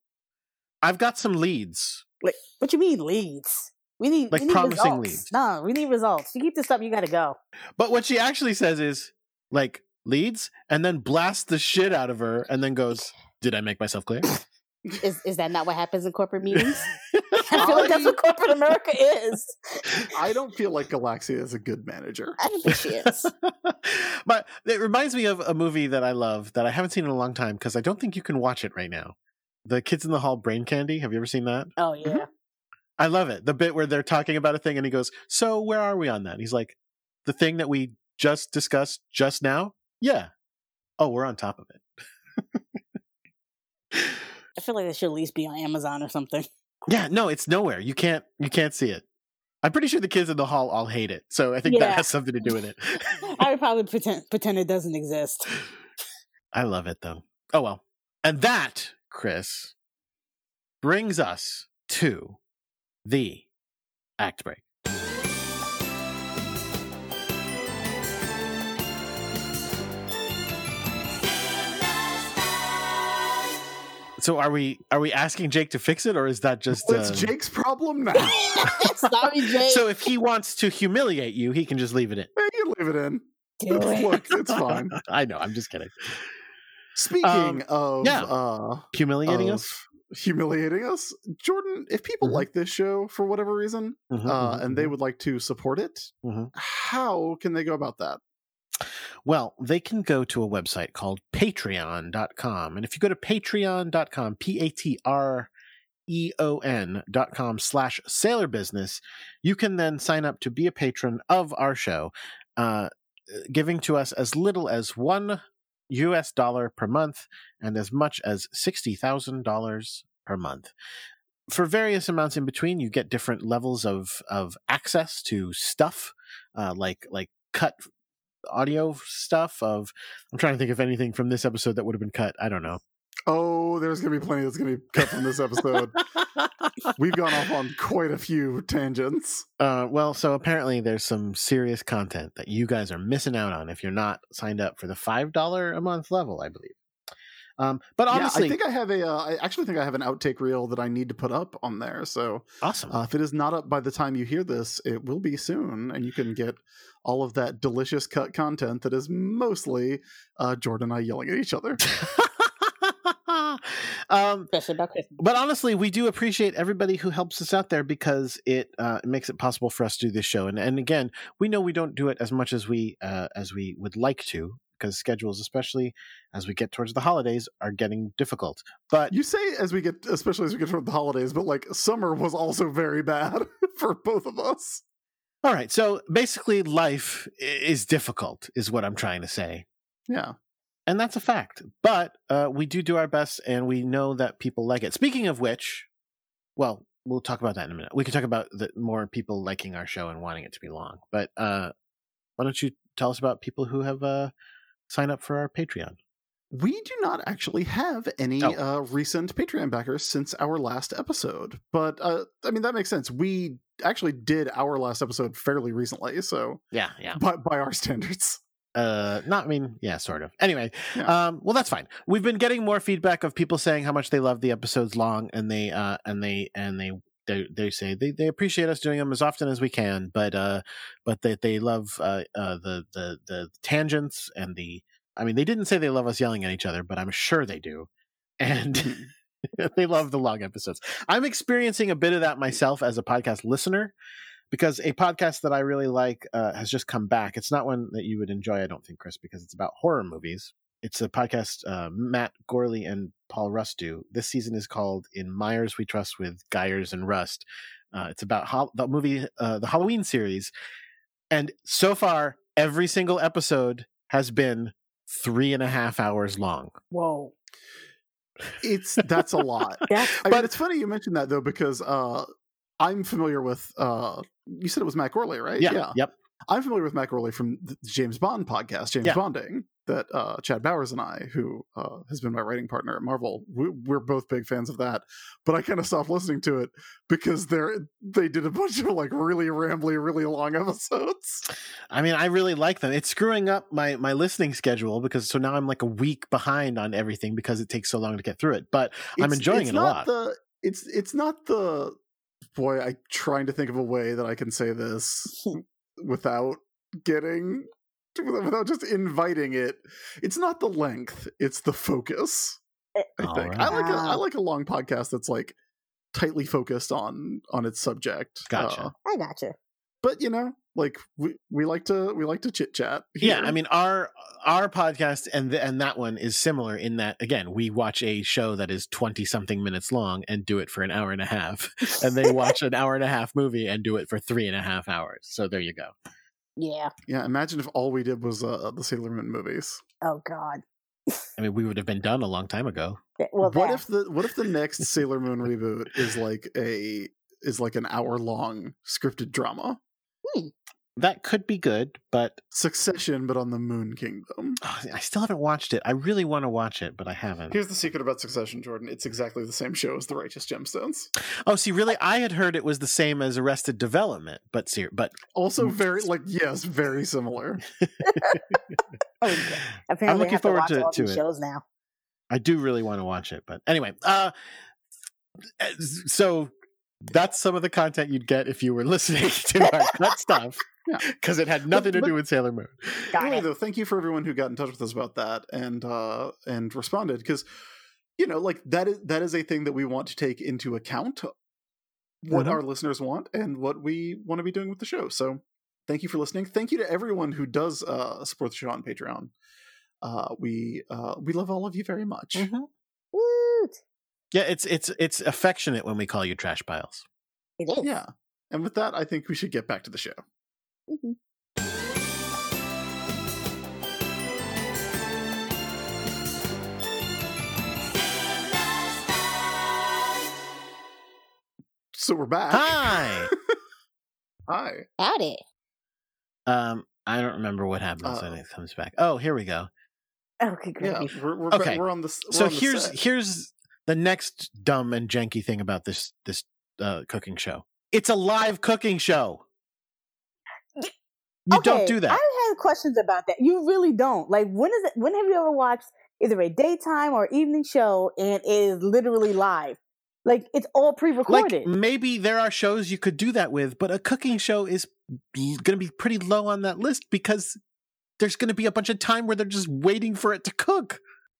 I've got some leads."
What you mean leads? We need
Like
we need
promising
results.
leads.
No, we need results. You keep this up, you got to go.
But what she actually says is, "Like leads," and then blasts the shit out of her, and then goes, "Did I make myself clear?"
Is is that not what happens in [laughs] corporate meetings? [laughs] I feel
[laughs]
like that's what corporate America is.
I don't feel like Galaxia is a good manager.
[laughs] I don't think she is.
but it reminds me of a movie that I love that I haven't seen in a long time because I don't think you can watch it right now. The Kids in the Hall Brain Candy. Have you ever seen that?
Oh yeah.
I love it. The bit where they're talking about a thing and he goes, So where are we on that? And he's like, The thing that we just discussed just now? Yeah. Oh, we're on top of it.
I feel like they should at least be on Amazon or something.
Yeah, no, it's nowhere. You can't you can't see it. I'm pretty sure the kids in the hall all hate it. So I think
Yeah.
that has something to do with it.
[laughs]
[laughs]
I would probably pretend pretend it doesn't [laughs] exist.
I love it though. Oh well. And that, Chris, brings us to the act break. So are we are we asking Jake to fix it or is that just
It's
uh,
Jake's problem now. [laughs]
Sorry, Jake.
So if he wants to humiliate you, he can just leave it in.
you can leave it in.
Do it.
[laughs] Look,
[laughs]
it's fine.
I know, I'm just kidding.
Speaking
Um,
of,
yeah.
uh,
Humiliating
of
us?
humiliating us, Jordan. If people
Mhm.
like this show for whatever reason,
Mm-hmm, Uh-huh,
uh, and they would like to support it,
Mhm.
how can they go about that?
Well, they can go to a website called patreon.com. And if you go to patreon.com, P A T R E O N dot com slash sailor business, you can then sign up to be a patron of our show, uh, giving to us as little as one US dollar per month and as much as $60,000 per month. For various amounts in between, you get different levels of, of access to stuff, uh, like like cut audio stuff of I'm trying to think of anything from this episode that would have been cut. I
[laughs]
don't know.
Oh, there's gonna be plenty that's gonna be cut from
[laughs]
this episode. We've gone off on quite a few tangents.
Uh, well, so apparently there's some serious content that you guys are missing out on if you're not signed up for the five dollar a month level, I believe. Um, but honestly,
yeah, I think I have a. Uh, I actually think I have an outtake reel that I need to put up on there. So
awesome.
uh, if it is not up by the time you hear this, it will be soon, and you can get all of that delicious cut content that is mostly uh, Jordan and I yelling at each other. uh
[laughs] um,
Especially about Christmas.
but honestly, we do appreciate everybody who helps us out there because it uh, makes it possible for us to do this show. And and again, we know we don't do it as much as we uh, as we would like to because schedules, especially as we get towards the holidays, are getting difficult. But
You say as we get, especially as we get toward the holidays, but like summer was also very bad [laughs] for both of us.
all right, so basically, life i- is difficult, is what I'm trying to say.
Yeah.
And that's a fact. But uh, we do do our best and we know that people like it. Speaking of which, well, we'll talk about that in a minute. We can talk about the more people liking our show and wanting it to be long. But uh, why don't you tell us about people who have uh, signed up for our Patreon?
We do not actually have any
Oh.
uh, recent Patreon backers since our last episode, but uh, I mean that makes sense. We actually did our last episode fairly recently, so
Yeah, yeah.
by by our standards,
uh not I mean yeah sort of anyway
Yeah.
um well that's fine we've been getting more feedback of people saying how much they love the episodes long and they uh and they and they they, they say they, they appreciate us doing them as often as we can but uh but that they, love uh, uh the the the tangents and the I mean they didn't say they love us yelling at each other but I'm sure they do
Mm-hmm.
and [laughs] they love the long episodes I'm experiencing a bit of that myself as a podcast listener because a podcast that I really like uh, has just come back. It's not one that you would enjoy, I don't think, Chris, because it's about horror movies. It's a podcast uh, Matt Gorley and Paul Rust do. This season is called In Myers We Trust with Geyers and Rust. Uh, it's about hol- the movie, uh, the Halloween series. And so far, every single episode has been three and a half hours long.
Whoa.
it's that's a lot.
That's
I mean, it's funny you mentioned that though, because uh, I'm familiar with uh, you said it was Matt Gorley, right?
Yeah. Yep.
I'm familiar with Matt Gorley from the James Bond podcast, James
Yeah.
Bonding, that uh, Chad Bowers and I, who uh, has been my writing partner at Marvel, we, we're both big fans of that. But I kind of stopped listening to it because they are they did a bunch of like really rambly, really long [laughs] episodes.
I mean, I really like them. It's screwing up my my listening schedule because so now I'm like a week behind on everything because it takes so long to get through it. But I'm
It's-
enjoying
it's
it a
not
lot.
The, it's it's not the boy. I trying to think of a way that I can say
[laughs]
this without getting without just inviting it. It's not the length. It's the focus. I
Eh, All
think
right.
I like a, I
Wow.
like a long podcast that's like tightly focused on on its subject. uh,
Gotcha.
I gotcha.
but you know, like we, we like to we like to chit chat.
yeah, I mean our our podcast and th- and that one is similar in that again we watch a show that is twenty something minutes long and do it for an hour and a half, [laughs] and they watch an hour and a half movie and do it for three and a half hours. So there you go.
Yeah.
yeah. Imagine if all we did was uh, the Sailor Moon movies.
Oh God.
I mean, we would have been done a long time ago.
That- Well,
what
that-
if the what if the next Sailor Moon reboot is like a is like an hour long scripted drama?
That could be good, but
Succession, but on the Moon Kingdom.
oh, I still haven't watched it. I really want to watch it, but I haven't.
Here's the secret about Succession, Jordan. It's exactly the same show as The Righteous Gemstones.
Oh, see, really, I had heard it was the same as Arrested Development, but ser- but
Also, very like yes, very similar.
Oh, yeah.
[sighs]
Apparently, i
looking
have
forward
to,
to-
watch all
to
these
it.
shows now.
I do really want to watch it. But anyway, uh, eh, so that's some of the content you'd get if you were [laughs] listening to our that stuff
Yeah.
because it had nothing
But-
to do with Sailor Moon.
Got
anyway,
it.
though, thank you for everyone who got in touch with us about that and uh and responded because you know, like that is that is a thing that we want to take into account what
Mhm.
our listeners want and what we want to be doing with the show. So thank you for listening. Thank you to everyone who does uh support the show on Patreon. Uh we uh we love all of you very much.
Mm-hmm.
Mm-hmm. Woot.
Yeah, it's it's it's affectionate when we call you trash piles.
It is.
Yeah. And with that, I think we should get back to the show.
Mhm.
So we're back. Ah.
Hi.
Hi.
Howdy.
um, I don't remember what happens when
Uh-oh.
it comes back. Oh, here we go.
Okay, great.
Yeah, we're we're,
Okay.
we're on this. We're
so
on the
here's
set.
here's the next dumb and janky thing about this this uh, cooking show. It's a live cooking show. You don't
Okay,
do that.
I have questions about that. You really don't. Like, when is it? When have you ever watched either a daytime or evening show and it is literally live? Like, it's all
Like
pre-recorded.
maybe there are shows you could do that with, but a cooking show is going to be pretty low on that list because there's going to be a bunch of time where they're just waiting for it to cook.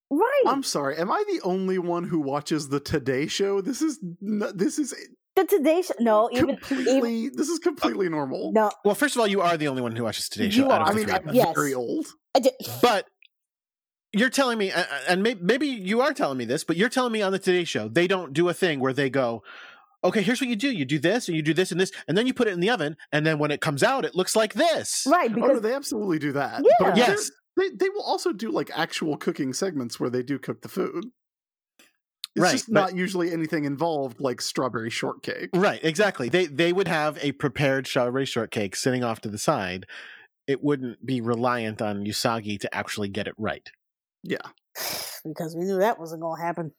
right.
I'm sorry. Am I the only one who watches the Today Show? This is n- this is
the Today Show. No, even
completely this is completely normal.
no.
Well, first of all, you are the only one who watches Today
You
Show out
are.
of
I
the
mean,
three of
I'm
us.
Yes.
very old.
I did.
But you're telling me, uh, and may- maybe you are telling me this, but you're telling me on the Today Show they don't do a thing where they go, "Okay, here's what you do: you do this, and you do this, and this, and then you put it in the oven, and then when it comes out, it looks like this."
Right,
oh no,
because
they absolutely do that.
Yeah.
But
Yes.
they they will also do like actual cooking segments where they do cook the food. It's
Right,
just
but-
not usually anything involved like strawberry shortcake.
Right, exactly. They they would have a prepared strawberry shortcake sitting off to the side. It wouldn't be reliant on Usagi to actually get it right. [laughs]
Yeah.
because we knew that wasn't gonna happen.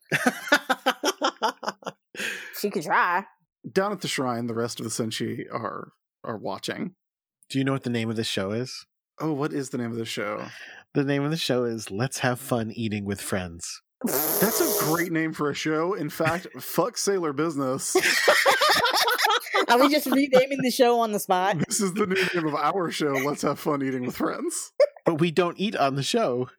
She could try.
Down at the shrine, the rest of the senshi are are watching.
Do you know what the name of the show is?
Oh, what is the name of the show?
The name of the show is Let's Have Fun Eating with Friends.
That's a great name for a show.
[laughs]
In fact, fuck Sailor Business.
Are we just renaming the show on the spot?
[laughs]
This is the new name of our show. Let's have fun eating with friends.
But we don't eat on the show.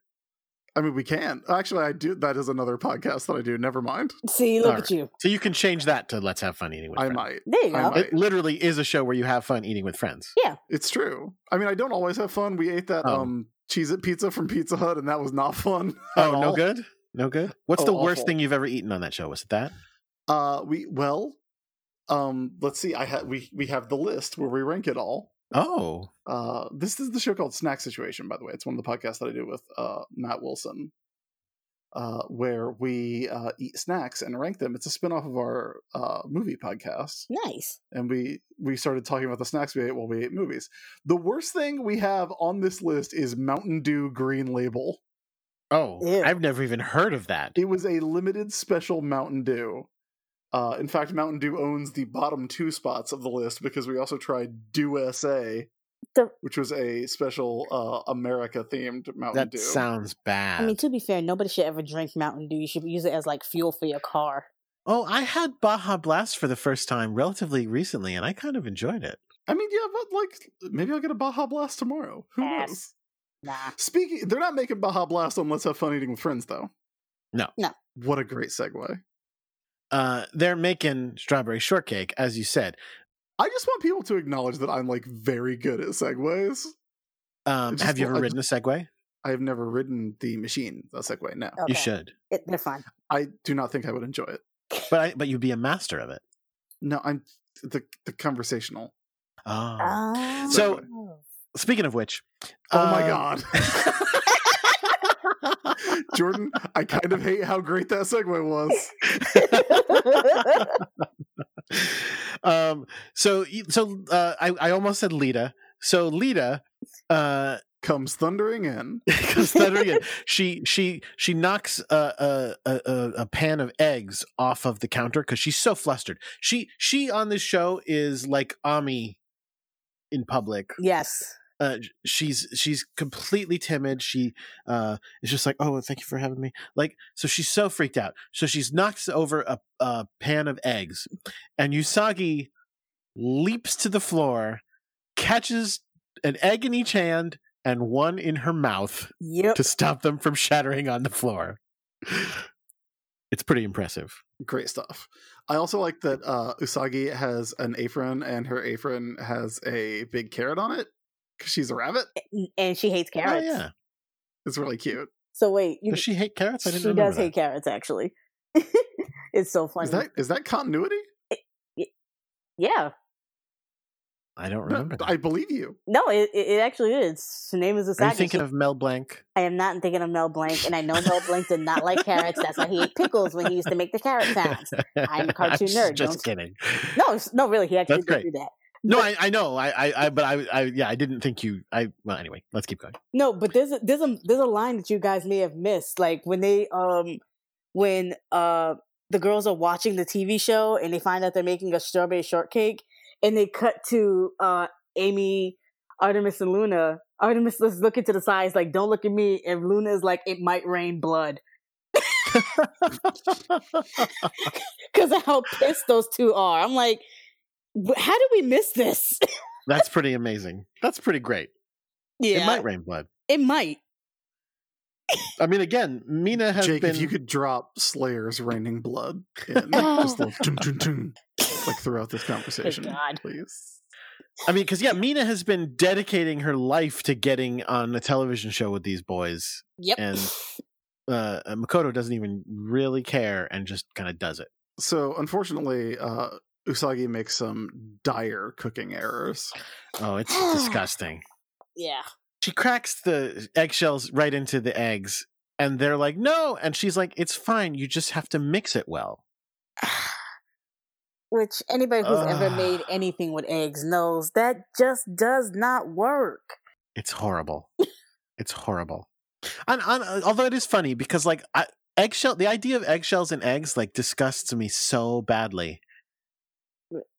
I mean, we can. Actually, I do. That is another podcast that I do. Never mind.
See, look
All
at you.
So you can change that to Let's Have Fun Eating with
I
Friends.
might.
There you
I
go.
might.
It literally is a show where you have fun eating with friends.
It's true. I mean, I don't always have fun. We ate that
Oh.
um cheese it pizza from Pizza Hut, and that was not fun. [laughs] at
Oh, no
all.
good? No good? What's
Oh,
the worst
awful.
thing you've ever eaten on that show? Was it that?
Uh, we well, um, let's see. I had we we have the list where we rank it all.
Oh.
Uh, this is the show called Snack Situation, by the way. It's one of the podcasts that I do with uh Matt Wilson. Uh, where we uh, eat snacks and rank them. It's a spin-off of our uh, movie podcast.
Nice.
and we we started talking about the snacks we ate while we ate movies. The worst thing we have on this list is Mountain Dew Green Label.
Oh.
Ew.
I've never even heard of that.
It was a limited special Mountain Dew. Uh, in fact, Mountain Dew owns the bottom two spots of the list because we also tried Dew SA,
The-
which was a special uh, America themed Mountain
That
Dew.
sounds bad.
I mean, to be fair, nobody should ever drink Mountain Dew. You should use it as like fuel for your car.
oh, I had Baja Blast for the first time relatively recently, and I kind of enjoyed it.
I mean, yeah, but like maybe I'll get a Baja Blast tomorrow. Who
Ass.
knows?
Nah.
Speaking, they're not making Baja Blast on Let's Have Fun Eating with Friends, though.
No.
No.
What a great segue.
Uh, they're making strawberry shortcake, as you said.
I just want people to acknowledge that I'm like very good at segways.
Um,
just
have you ever
lo- I
ridden a Segway?
I have never ridden the machine, the Segway. No,
Okay.
You should,
It, they're fun.
I do not think I would enjoy it.
but I, but you'd be a master of it.
No, I'm the the conversational.
Oh.
Oh.
So- Speaking of which,
Uh. Oh my
uh,
god, [laughs] Jordan, I kind of hate how great that segue was.
[laughs]
Ah.
um, so so uh, I I almost said Lita. So Lita, uh, [laughs]
Comes thundering in.
comes stuttering in. she she she knocks a a, a a- a pan of eggs off of the counter because she's so flustered. She she on this show is like Ami in public.
yes.
Uh, she's she's completely timid. She uh, is just like, oh, thank you for having me. Like, so she's so freaked out. So she's knocks over a, a pan of eggs, and Usagi leaps to the floor, catches an egg in each hand and one in her
[laughs]
mouth
Yep.
to stop them from shattering on the floor. [sighs] It's pretty impressive.
Great stuff. I also like that uh, Usagi has an apron, and her apron has a big carrot on it because she's a rabbit.
Eh, And she hates carrots.
Oh yeah.
It's really cute.
So wait, you,
Does she hate carrots? I didn't
she
remember
does
that.
hate carrots actually. [laughs] it's so funny.
Is that is that continuity?
yeah.
I don't
No,
remember. That.
I believe you.
No, it, it it actually is. Her name is
Are you
Asagi.
thinking
She-
of Mel Blanc?
I am not thinking of Mel Blanc, and I know Mel Blanc did not like carrots. That's why he ate pickles when he used to make the carrot sounds.
[laughs]
I'm a cartoon
just-
nerd,
Just
don't-
kidding.
No, it's- no, really, he actually
That's
did
great.
do that.
No, I, I know. I, I, I but I, I, yeah, I didn't think you. I well, anyway, let's keep going.
No, but there's a, there's a there's a line that you guys may have missed. Like when they um when uh the girls are watching the TV show and they find out they're making a strawberry shortcake and they cut to uh Amy, Artemis and Luna. Artemis is looking to the sides like don't look at me and Luna is like it might rain blood. [laughs] Cuz of how pissed those two are. I'm like "Wh- how did we miss this?
That's pretty amazing. That's pretty great.
yeah.
It might rain blood.
It might.
I mean, again, Mina has
Jake,
been.
if you could drop Slayer's raining blood in, just like, dun, dun, dun, like throughout this conversation,
God.
please.
I mean, because yeah, Mina has been dedicating her life to getting on a television show with these boys,
Yep.
and
[laughs]
uh, Makoto doesn't even really care and just kind of does it.
So unfortunately, uh, Usagi makes some dire cooking errors.
Oh, it's disgusting.
yeah.
She cracks the eggshells right into the eggs, and they're like, "No!" And she's like, "It's fine. You just have to mix it well."
[sighs] Which anybody who's ever made anything with eggs knows that just does not work.
It's horrible. it's horrible. And, and although it is funny because like I, eggshell, the idea of eggshells and eggs like disgusts me so badly.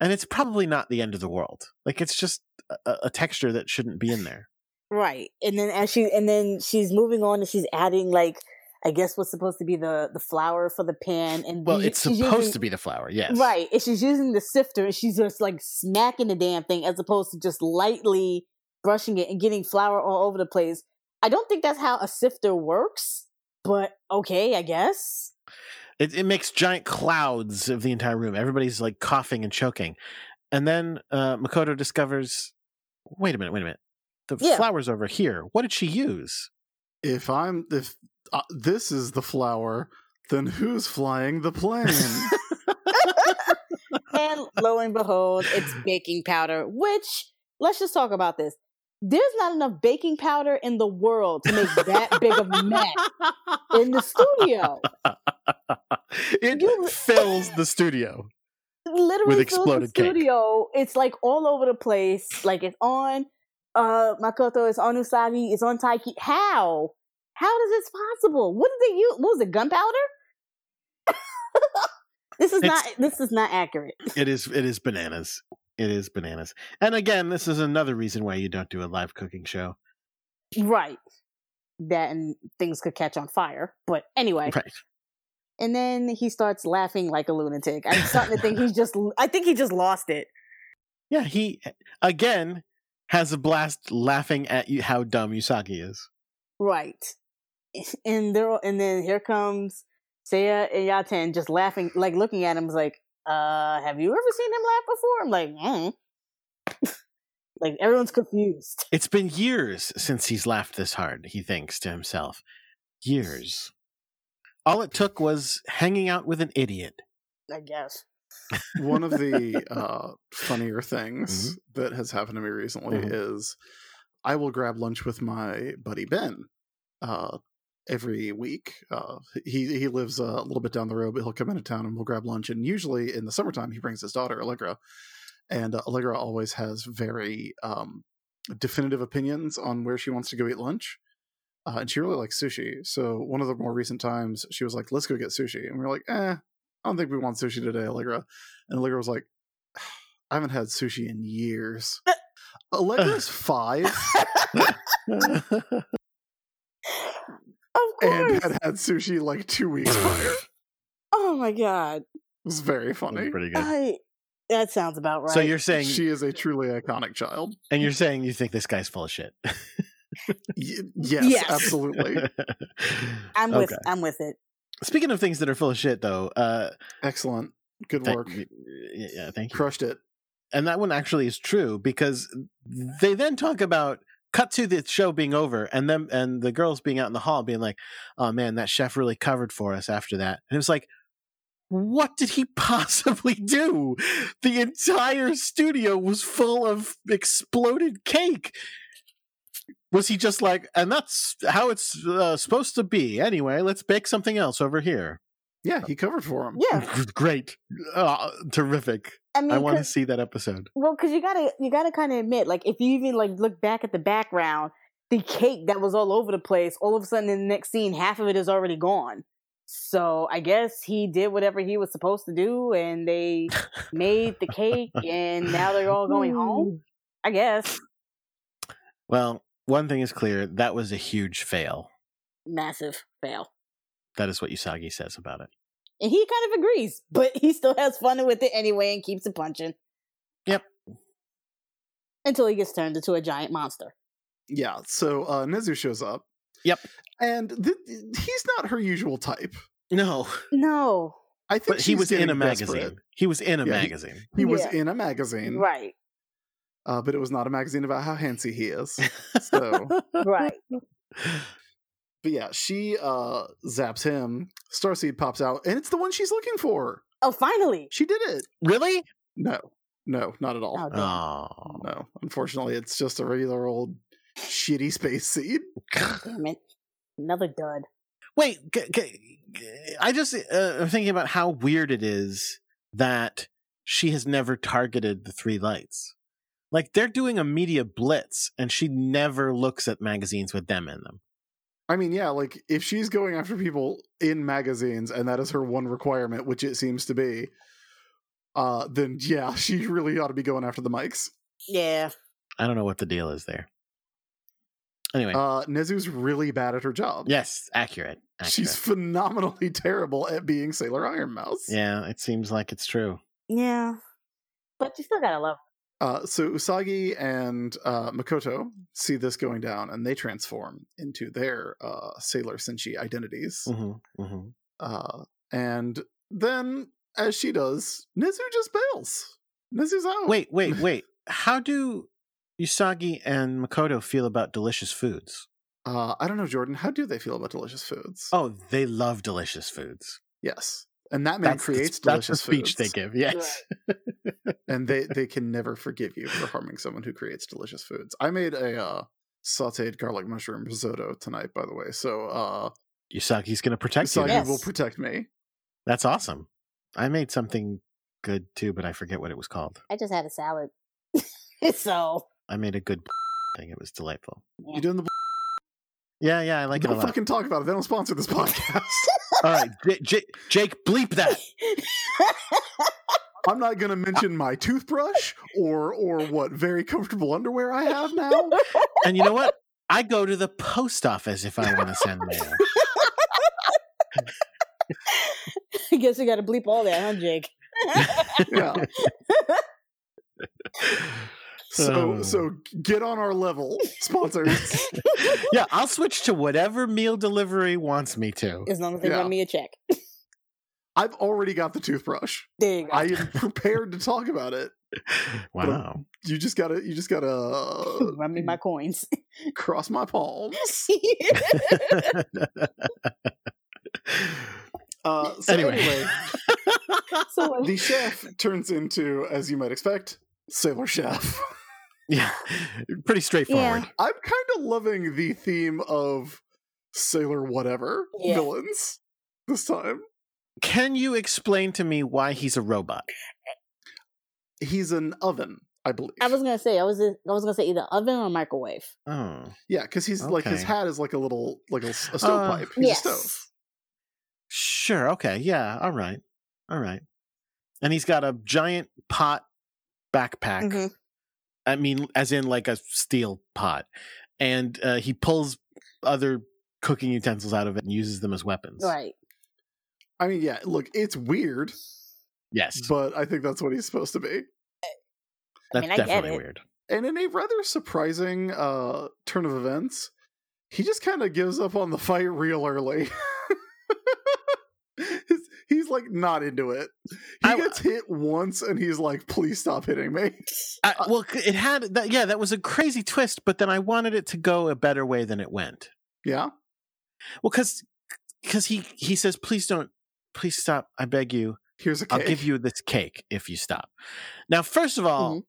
And it's probably not the end of the world. Like it's just a, a texture that shouldn't be in there.
Right. And then as she and then she's moving on and she's adding like I guess what's supposed to be the the flour for the pan and
Well,
you-
it's
she's
supposed
using-
to be the flour, yes.
Right. And she's using the sifter and she's just like smacking the damn thing as opposed to just lightly brushing it and getting flour all over the place. I don't think that's how a sifter works, but okay, I guess.
It, it makes giant clouds of the entire room. Everybody's like coughing and choking. And then uh, Makoto discovers wait a minute, wait a minute. The
Yeah.
flour's over here. What did she use?
If I'm if uh, this is the flower, then who's flying
[laughs]
the plane?
and lo and behold, it's baking powder, which let's just talk about this. There's not enough baking powder in the world to make that big of a mess in the studio.
it
You-
fills the studio.
literally
With
with the
exploded cake.
studio. It's like all over the place. Like it's on uh Makoto, it's on Usagi, it's on Taiki. How? How is this possible? What did they use? What was it? Gunpowder? [laughs] this is
It's-
not this is not accurate.
It is it is bananas. It is bananas. And again, this is another reason why you don't do a live cooking show.
Right. That and things could catch on fire. But anyway.
Right.
And then he starts laughing like a lunatic. I'm starting to think he's just I think he just lost it.
Yeah, he eh, again has a blast laughing at you how dumb Usagi is.
Right. [laughs] And there and then here comes Seiya and Yaten just laughing, like looking at him is like, uh, have you ever seen him laugh before? I'm like, mm. [laughs] like everyone's confused.
It's been years since he's laughed this hard, he thinks to himself. Years. All it took was hanging out with an
[laughs]
idiot.
I guess.
One of
[laughs]
the uh, funnier things that has happened to me recently is I will grab lunch with my buddy Ben uh, every week. Uh, he he lives a little bit down the road, but he'll come into town and we'll grab lunch. And usually in the summertime, he brings his daughter Allegra, and uh, Allegra always has very um, definitive opinions on where she wants to go eat lunch. Uh, and she really likes sushi. So one of the more recent times, she was like, "Let's go get sushi," and we were like, "Eh, I don't think we want sushi today, Allegra." And Allegra was like, "I haven't had sushi in years."
Uh, [laughs]
Allegra's five
[laughs]
Of
and
course.
had had sushi like two
[laughs]
weeks prior. It
oh my god.
was very
That's
funny.
pretty good.
I, that sounds about right.
So you're saying
She is a truly iconic child.
and you're saying you think this guy's full of shit.
Y- yes,
Yes.
[laughs]
absolutely.
I'm with
Okay.
I'm with it.
Speaking of things that are full of shit though, uh
Excellent. Good
thank-
work.
yeah, yeah, thank you.
Crushed it.
and that one actually is true because they then talk about cut to the show being over and them and the girls being out in the hall being like oh man that chef really covered for us after that and it was like what did he [laughs] possibly do the entire studio was full of exploded cake was he just like and that's how it's uh, supposed to be anyway let's bake something else over here
Yeah, he covered for him.
Yeah.
[laughs] great uh, terrific
I mean
i want to
'cause-
see that episode
Well, because you gotta you gotta kind of admit, like if you even like look back at the background, the cake that was all over the place, all of a sudden in the next scene, half of it is already gone. So I guess he did whatever he was supposed to do, and they made the cake, and now they're all going home. I guess
Well, one thing is clear that was a huge fail.
massive fail,
That is what Usagi says about it.
and he kind of agrees, but he still has fun with it anyway and keeps it punching.
Yep.
Until he gets turned into a giant monster.
Yeah. So uh, Nezu shows up.
Yep.
And th- he's not her usual type.
[laughs] No,
No.
I think
but he
she's
was in
getting
a magazine.
desperate.
[laughs] He was in a
Yeah, he-
magazine.
He was
Yeah.
in a magazine.
Right.
uh, but it was not a magazine about how handsy
[laughs]
he is. So,
right.
but yeah, she uh, zaps him. Starseed pops out, and it's the one she's looking for.
Oh, finally.
She did it.
really?
No, no, not at all.
Oh,
Oh,
No, unfortunately, it's just a regular old shitty space seed.
Damn it. Another dud.
wait. G- g- g- I just uh, am thinking about how weird it is that she has never targeted the three lights. Like they're doing a media blitz, and she never looks at magazines with them in them.
I mean, yeah, like if she's going after people in magazines and that is her one requirement, which it seems to be, uh, then yeah, [laughs] she really ought to be going after the mics.
Yeah.
I don't know what the deal is there. Anyway,
Uh, Nezu's really bad at her job.
yes, accurate. accurate.
She's phenomenally [laughs] terrible at being Sailor Iron Mouse.
yeah, it seems like it's true.
Yeah. But you still gotta love
Uh, so Usagi and uh, Makoto see this going down and they transform into their uh, Sailor Senshi identities.
hmm hmm
Uh, and then, as she does, Nezu just bails. Nezu's out.
Wait, wait, wait. How do Usagi and Makoto feel about delicious foods?
Uh, I don't know, Jordan. How do they feel about delicious foods?
Oh, they love delicious foods.
yes, and that man
that's, that's
creates delicious
the speech
foods,
they give. Yes.
and
[laughs]
they they can never forgive you for harming someone who creates delicious foods. I made a uh, sautéed garlic mushroom risotto tonight, by the way. So uh,
Usagi's going to protect
Usagi
you.
Yes.
will protect me.
That's awesome. I made something good too, but I forget what it was called.
I just had a salad. [laughs] so [laughs]
I made a good [laughs] thing. It was delightful.
You doing the?
Yeah, yeah, I like it a
don't
lot.
fucking talk about it. They don't sponsor
[laughs]
this [laughs] podcast.
All right, J- J- Jake, bleep
[laughs]
that.
I'm not going to mention my toothbrush or or what very comfortable underwear I have now.
And you know what? I go to the post office if I want to send mail.
I guess we gotta bleep all that, huh, Jake?
Yeah. So
Oh.
so get on our level, sponsors.
[laughs] yeah, I'll switch to whatever meal delivery wants me to.
As long as they
Yeah.
run me a check. [laughs]
I've already got the toothbrush.
There you go.
I am prepared to talk about it.
[laughs]
Wow.
You just gotta, you just gotta uh,
run me my coins. [laughs]
cross my palms. [laughs] Uh, so
Anyway.
anyway.
so
[laughs]
the chef turns into, as you might expect, sailor chef.
yeah, pretty straightforward.
I'm kind of loving the theme of sailor whatever
Yeah.
villains this time.
Can you explain to me why he's a robot?
He's an oven, I believe.
I was gonna say I was I was gonna say either oven or microwave.
Oh,
yeah, because he's like his
Okay. Uh,
hat is like a little, like a, s- a stovepipe. he's a stove.
sure. Okay. Yeah. All right. All right. And he's got a giant pot backpack.
Mhm.
I mean, as in like a steel pot. And uh, he pulls other cooking utensils out of it and uses them as weapons.
Right.
I mean, yeah. Look, it's weird,
Yes.
but I think that's what he's supposed to be.
I
That's
mean, I get
definitely
it.
weird.
and in a rather surprising uh turn of events he just kind of gives up on the fight real early [laughs] He's- he's like not into it he
I-
gets hit once and he's like please stop hitting me
I,
Uh,
well, c- it had that. Yeah, that was a crazy twist. But then I wanted it to go a better way than it went.
yeah
Well, because he he says, "Please don't, please stop. I beg you.
here's a cake
I'll give you this cake if you stop." Now, first of all,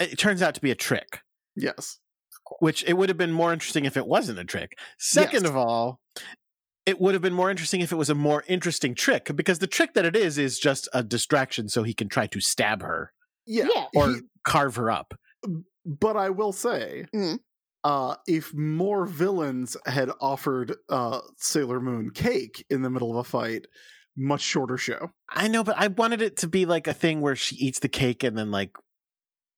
Mm-hmm.
it turns out to be a trick,
yes
which it would have been more interesting if it wasn't a trick. Second
Yes.
of all, it would have been more interesting if it was a more interesting trick because the trick that it is is just a distraction so he can try to stab her
yeah,
Yeah.
or
He-
carve her up.
but i will say
Mm-hmm.
Mhm.
uh if more villains had offered uh sailor moon cake in the middle of a fight much shorter show
I know, but I wanted it to be like a thing where she eats the cake and then like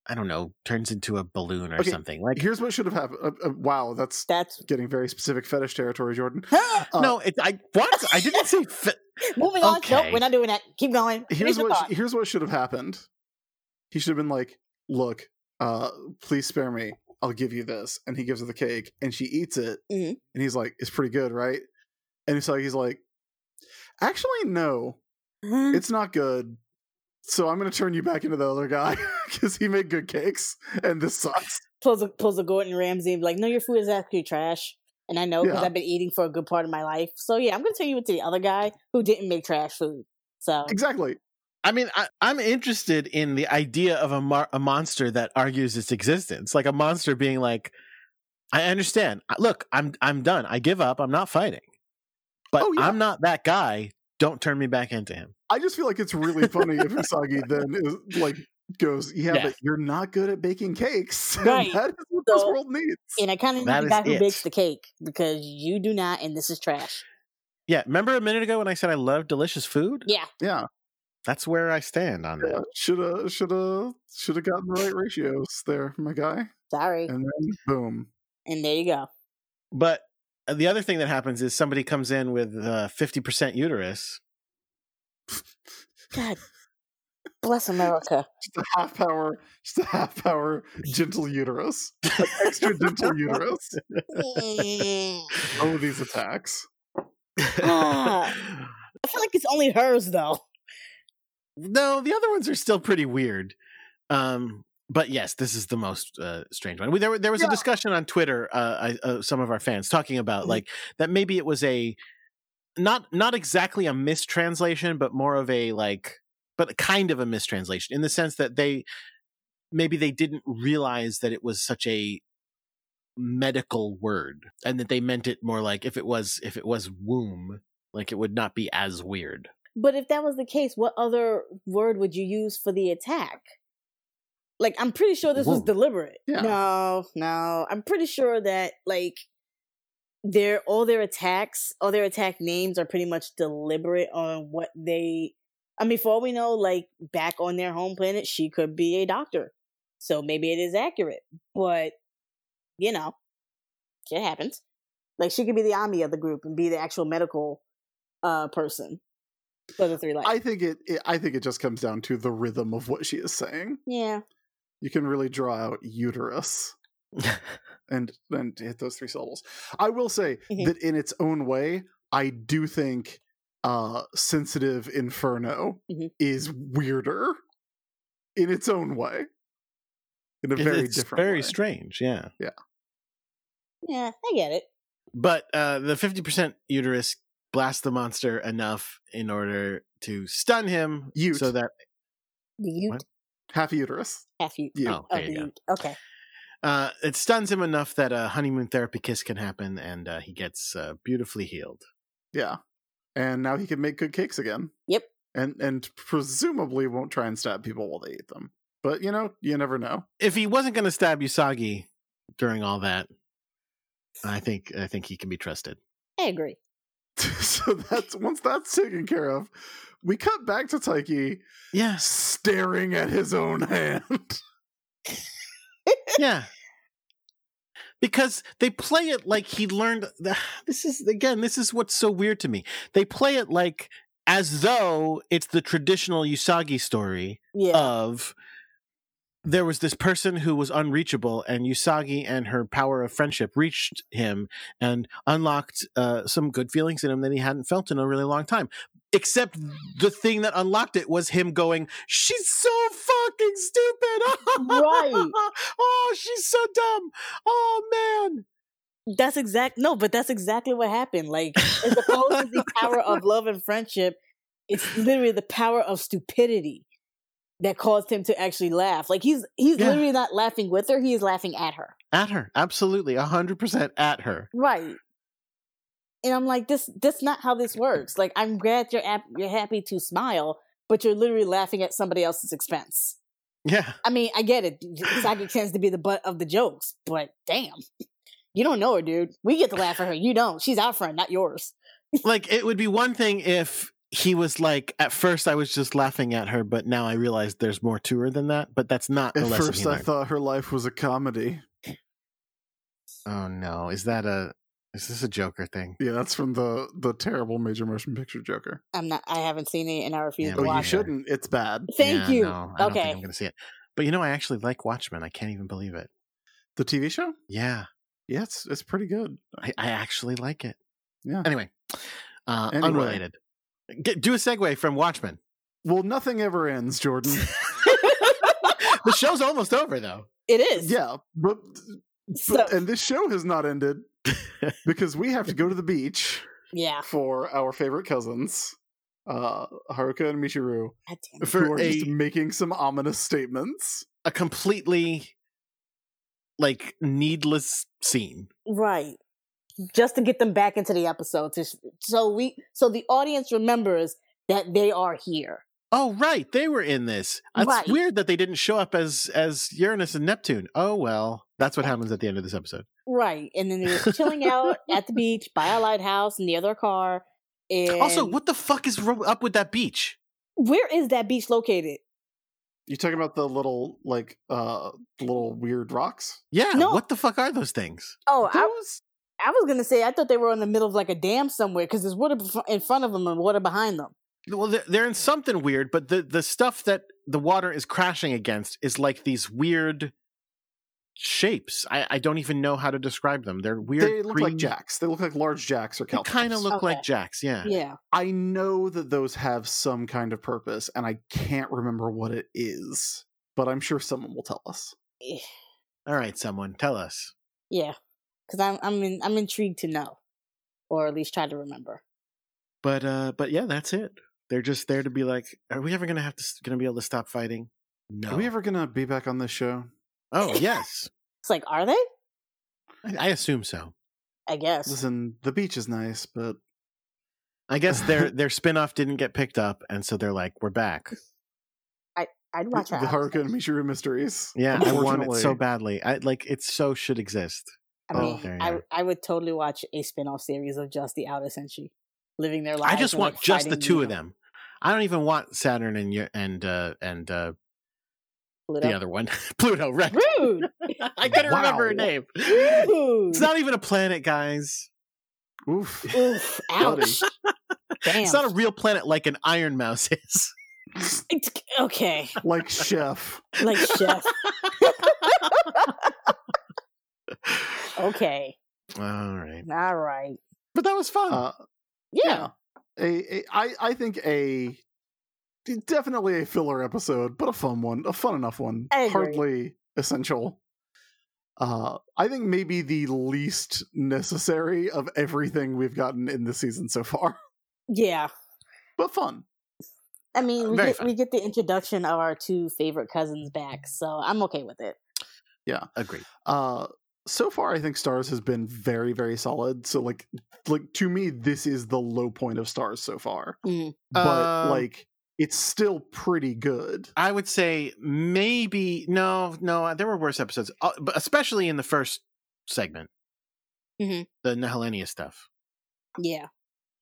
I don't know, turns into a balloon or
Okay,
something. Like
here's what should have happened uh, uh, wow that's [laughs]
That's
getting very specific fetish territory jordan uh,
no, it, I what? I
[laughs]
didn't say. Fi-
moving on. Nope,
Okay.
we're not doing that. Keep going.
here's
Finish your
what
thought.
sh- here's what should have happened. He should have been like, "Look, uh, please spare me. I'll give you this." And he gives her the cake, and she eats it,
Mhm.
and he's like, "It's pretty good, right?" And so he's like, "Actually, no,
Mhm.
it's not good. So I'm going to turn you back into the other guy [laughs] because he made good cakes and this
[laughs]
sucks.
Pulls a, pulls a Gordon Ramsay and be like, no, your food is actually trash. And I know because
Yeah.
I've been eating for a good part of my life. So yeah, I'm going to turn you into the other guy who didn't make trash food. So
Exactly.
I mean, I, I'm interested in the idea of a, mar- a monster that argues its existence, like a monster being like, "I understand. I- Look, I'm I'm done. I give up. I'm not fighting. But
Oh, yeah.
I'm not that guy. Don't turn me back into him."
I just feel like it's really funny if
[laughs]
Usagi then is, like goes, yeah,
Yeah.
but you're not good at baking cakes. [laughs] and
Right.
That is what this
So-
world needs.
and I kind of need
That
the
is
guy who
it.
bakes the cake because you do not, and this is trash.
Yeah, remember a minute ago when I said I love delicious food?
Yeah,
yeah.
That's where I stand on that.
Shoulda, shoulda, shoulda gotten the right ratios there, my guy.
sorry.
And then boom.
And there you go.
But uh, the other thing that happens is somebody comes in with uh, 50% uterus.
God
[laughs]
bless America.
Just a half power, just a half power gentle uterus. An extra gentle uterus.
Mm.
Oh, these attacks.
[laughs]
Ah. I feel like it's only hers though.
no, the other ones are still pretty weird. Um, but yes, this is the most uh, strange one. We, there, were- there was
Yeah.
a discussion on Twitter, uh, I, uh, some of our fans talking about
Mhm.
like that maybe it was a not not exactly a mistranslation, but more of a like, but kind of a mistranslation in the sense that they maybe they didn't realize that it was such a medical word and that they meant it more like if it was if it was womb like it would not be as weird [laughs]
But if that was the case, what other word would you use for the attack? Like, I'm pretty sure this was
Whoa.
deliberate.
Yeah.
No, no. I'm pretty sure that, like, their all their attacks, all their attack names are pretty much deliberate on what they. I mean, for all we know, like back on their home planet, she could be a doctor, so maybe it is accurate. But you know, shit happens. Like she could be the army of the group and be the actual medical uh person for the three lights.
I think it, it I think it just comes down to the rhythm of what she is saying.
yeah,
You can really draw out uterus and and hit those three syllables. I will say
Mm-hmm.
Mhm.
that in its own way, I do think uh sensitive inferno
Mm-hmm.
Mhm.
is weirder in its own way. In a
It-
very
it's
different
very
way.
strange yeah
yeah, I get it.
but uh the 50% uterus blasts the monster enough in order to stun him
Ute.
so that
The Ute,
What?
half uterus.
half Ute.
You.
oh
Oh,
there
the
you go
Ute. Okay.
uh it stuns him enough that a honeymoon therapy kiss can happen and uh, he gets uh, beautifully healed
Yeah. And now he can make good cakes again.
Yep.
And and presumably won't try and stab people while they eat them. But you know, you never know. [laughs]
if he wasn't going to stab usagi during all that i think i think he can be trusted
I agree.
so that's once that's taken care of, we cut back to Taiki
yeah
staring at his own hand.
yeah because they play it like he learned [sighs] this is again this is what's so weird to me they play it like as though it's the traditional usagi story
Yeah.
of there was this person who was unreachable and usagi and her power of friendship reached him and unlocked uh, some good feelings in him that he hadn't felt in a really long time except the thing that unlocked it was him going she's so fucking stupid
Right.
[laughs] oh she's so dumb oh man
That's exact. No, but that's exactly what happened. Like, as opposed to the power
[laughs]
of love and friendship, it's literally the power of stupidity that caused him to actually laugh. Like he's he's
Yeah.
literally not laughing with her; he is laughing at her.
at her absolutely 100% at her
Right. And I'm like, this that's not how this works. Like, I'm glad you're ap- you're happy to smile, but you're literally laughing at somebody else's expense.
yeah
I mean, I get it. Saki tends to be the butt of the jokes, but damn, you don't know her, dude. We get to laugh at her. You don't. She's our friend, not yours.
like it would be one thing if he was like at first i was just laughing at her but now i realize there's more to her than that but that's not
[laughs] At
the lesson
first,
he
I
learned.
thought her life was a comedy.
oh no is that a is this a joker thing
Yeah, that's from the the terrible major motion picture Joker.
I'm not. I haven't seen it, and I refuse
Yeah,
to
but
Oh, you
watch it.
shouldn't. It's bad.
Thank
Yeah,
you.
no, I don't think
okay.
i'm gonna see it but you know i actually like watchmen i can't even believe it
The TV show?
yeah
Yeah, it's it's pretty good.
i, I actually like it
Yeah.
anyway uh
Anyway.
unrelated Get, do a segue from watchmen
Well, nothing ever ends, Jordan. [laughs]
the show's almost over though.
[laughs] It is.
yeah, but,
So,
but and this show has not [laughs] ended because we have to go to the beach
yeah.
for our favorite cousins, uh, Haruka and Michiru,
God damn it.
who
For
are
a-
just making some ominous statements.
A completely like needless scene.
Right. Just to get them back into the episode. To, so we so the audience remembers that they are here.
Oh right, they were in this. That's
Right.
weird that they didn't show up as as Uranus and Neptune. Oh well, that's what happens at the end of this episode.
Right. And then they're just chilling out at the [laughs] beach by a lighthouse in the other car. And
Also, what the fuck is ro- up with that beach?
where is that beach located?
You talking about the little like uh little weird rocks?
Yeah,
No.
what the fuck are those things?
Oh, I was I was gonna say I thought they were in the middle of like a dam somewhere because there's water bef- in front of them and water behind them.
Well, they're, they're in something weird, but the the stuff that the water is crashing against is like these weird shapes. I, I don't even know how to describe them. They're weird.
They look like
green-
jacks. They look like large jacks or
They
caltrops.
kind of look
Okay.
like jacks. Yeah.
Yeah,
I know that those have some kind of purpose, and I can't remember what it is, but I'm sure someone will tell us.
All right, someone tell us.
Eh, yeah. Because I'm I'm in, I'm intrigued to know, or at least try to remember.
But uh, but yeah, that's it. They're just there to be like, are we ever gonna have to s- gonna be able to stop fighting? No.
Are we ever gonna be back on this show?
oh yes,
It's like, are they?
I, I assume so.
I guess.
Listen, the beach is nice, but
I guess [laughs] their their spinoff didn't get picked up, and so they're like, we're back.
I'd
the,
watch
the
her.
Haruka
episode.
and Michiru mysteries.
Yeah, I want it so
unfortunately.
badly. I like it so should exist.
I
Oh,
there you
mean, I,
are.
I would totally watch a spin off series of just the Outer Century living their lives.
I just
and,
want
like,
just the
fighting
two of
evil.
them. I don't even want Saturn and Eu- and uh, and uh,
Pluto.
the
[laughs]
other one, [laughs] Pluto. Right?
Rude.
[laughs] I couldn't remember her
Wow.
name. [laughs] It's
Rude.
not even a planet, guys.
Oof.
[laughs]
Oof. Ouch. Damn.
It's not a real planet like an Iron Mouse [laughs] is.
[laughs] It's- okay.
like chef.
[laughs]
Like chef. Okay.
All right,
All right.
but that was fun.
Uh,
Yeah.
a, a, I, I think a definitely a filler episode, but a fun one, a fun enough one.
I agree.
Hardly essential. Uh, I think maybe the least necessary of everything we've gotten in this season so far, [laughs]
Yeah.
but fun.
I mean, we
Very
get,
fun.
we get the introduction of our two favorite cousins back, so I'm okay with it.
Agreed.
Uh, so far, I think Stars has been very, very solid. So, like, like to me, this is the low point of Stars so far,
Mm.
but
Um,
like, it's still pretty good.
I would say maybe no, no. There were worse episodes, uh, but especially in the first segment,
Mhm.
the Nihilenia stuff.
Yeah.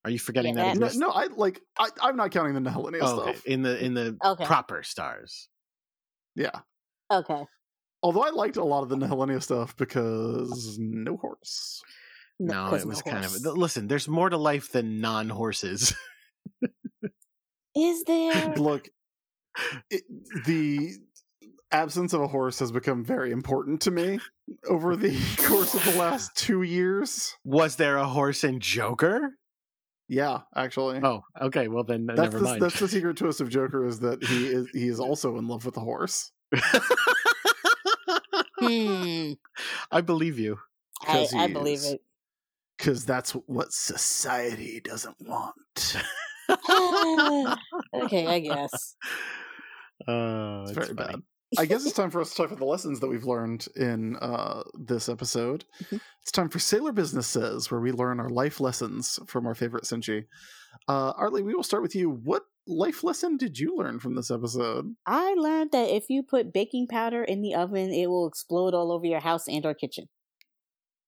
Are you forgetting that?
Yeah, that-
No,
exists?
no, I like. I, I'm not counting the Nihilania
Oh, okay.
stuff.
in the in the
Okay.
proper stars.
Yeah.
Okay.
Although I liked a lot of the Nihilania stuff because no
[laughs]
horse.
No,
'cause
it was kind of.
horse.
th- Listen, there's more to life than non horses.
Is there?
Look, it, the absence of a horse has become very important to me over the [laughs] course of the
[laughs]
last two years.
[laughs] Was there a horse in Joker?
Yeah, actually.
Oh, okay. Well, then uh,
that's
never
the,
mind.
that's the
[laughs]
secret twist of Joker is that he is he is also in love with the horse
[laughs] Hmm.
I believe you.
I,
'Cause
I
he
believe
is.
[laughs] it.
because that's what society doesn't want.
okay, I guess.
Uh,
It's
it's
very
funny.
[laughs]
bad. I guess it's time for us to talk about the lessons that we've learned in uh, this episode.
Mhm.
It's time for Sailor Business Says, where we learn our life lessons from our favorite Senshi. Uh, Arlie, we will start with you. What life lesson did you learn from this episode?
I learned that if you put baking powder in the oven, it will explode all over your house and or kitchen.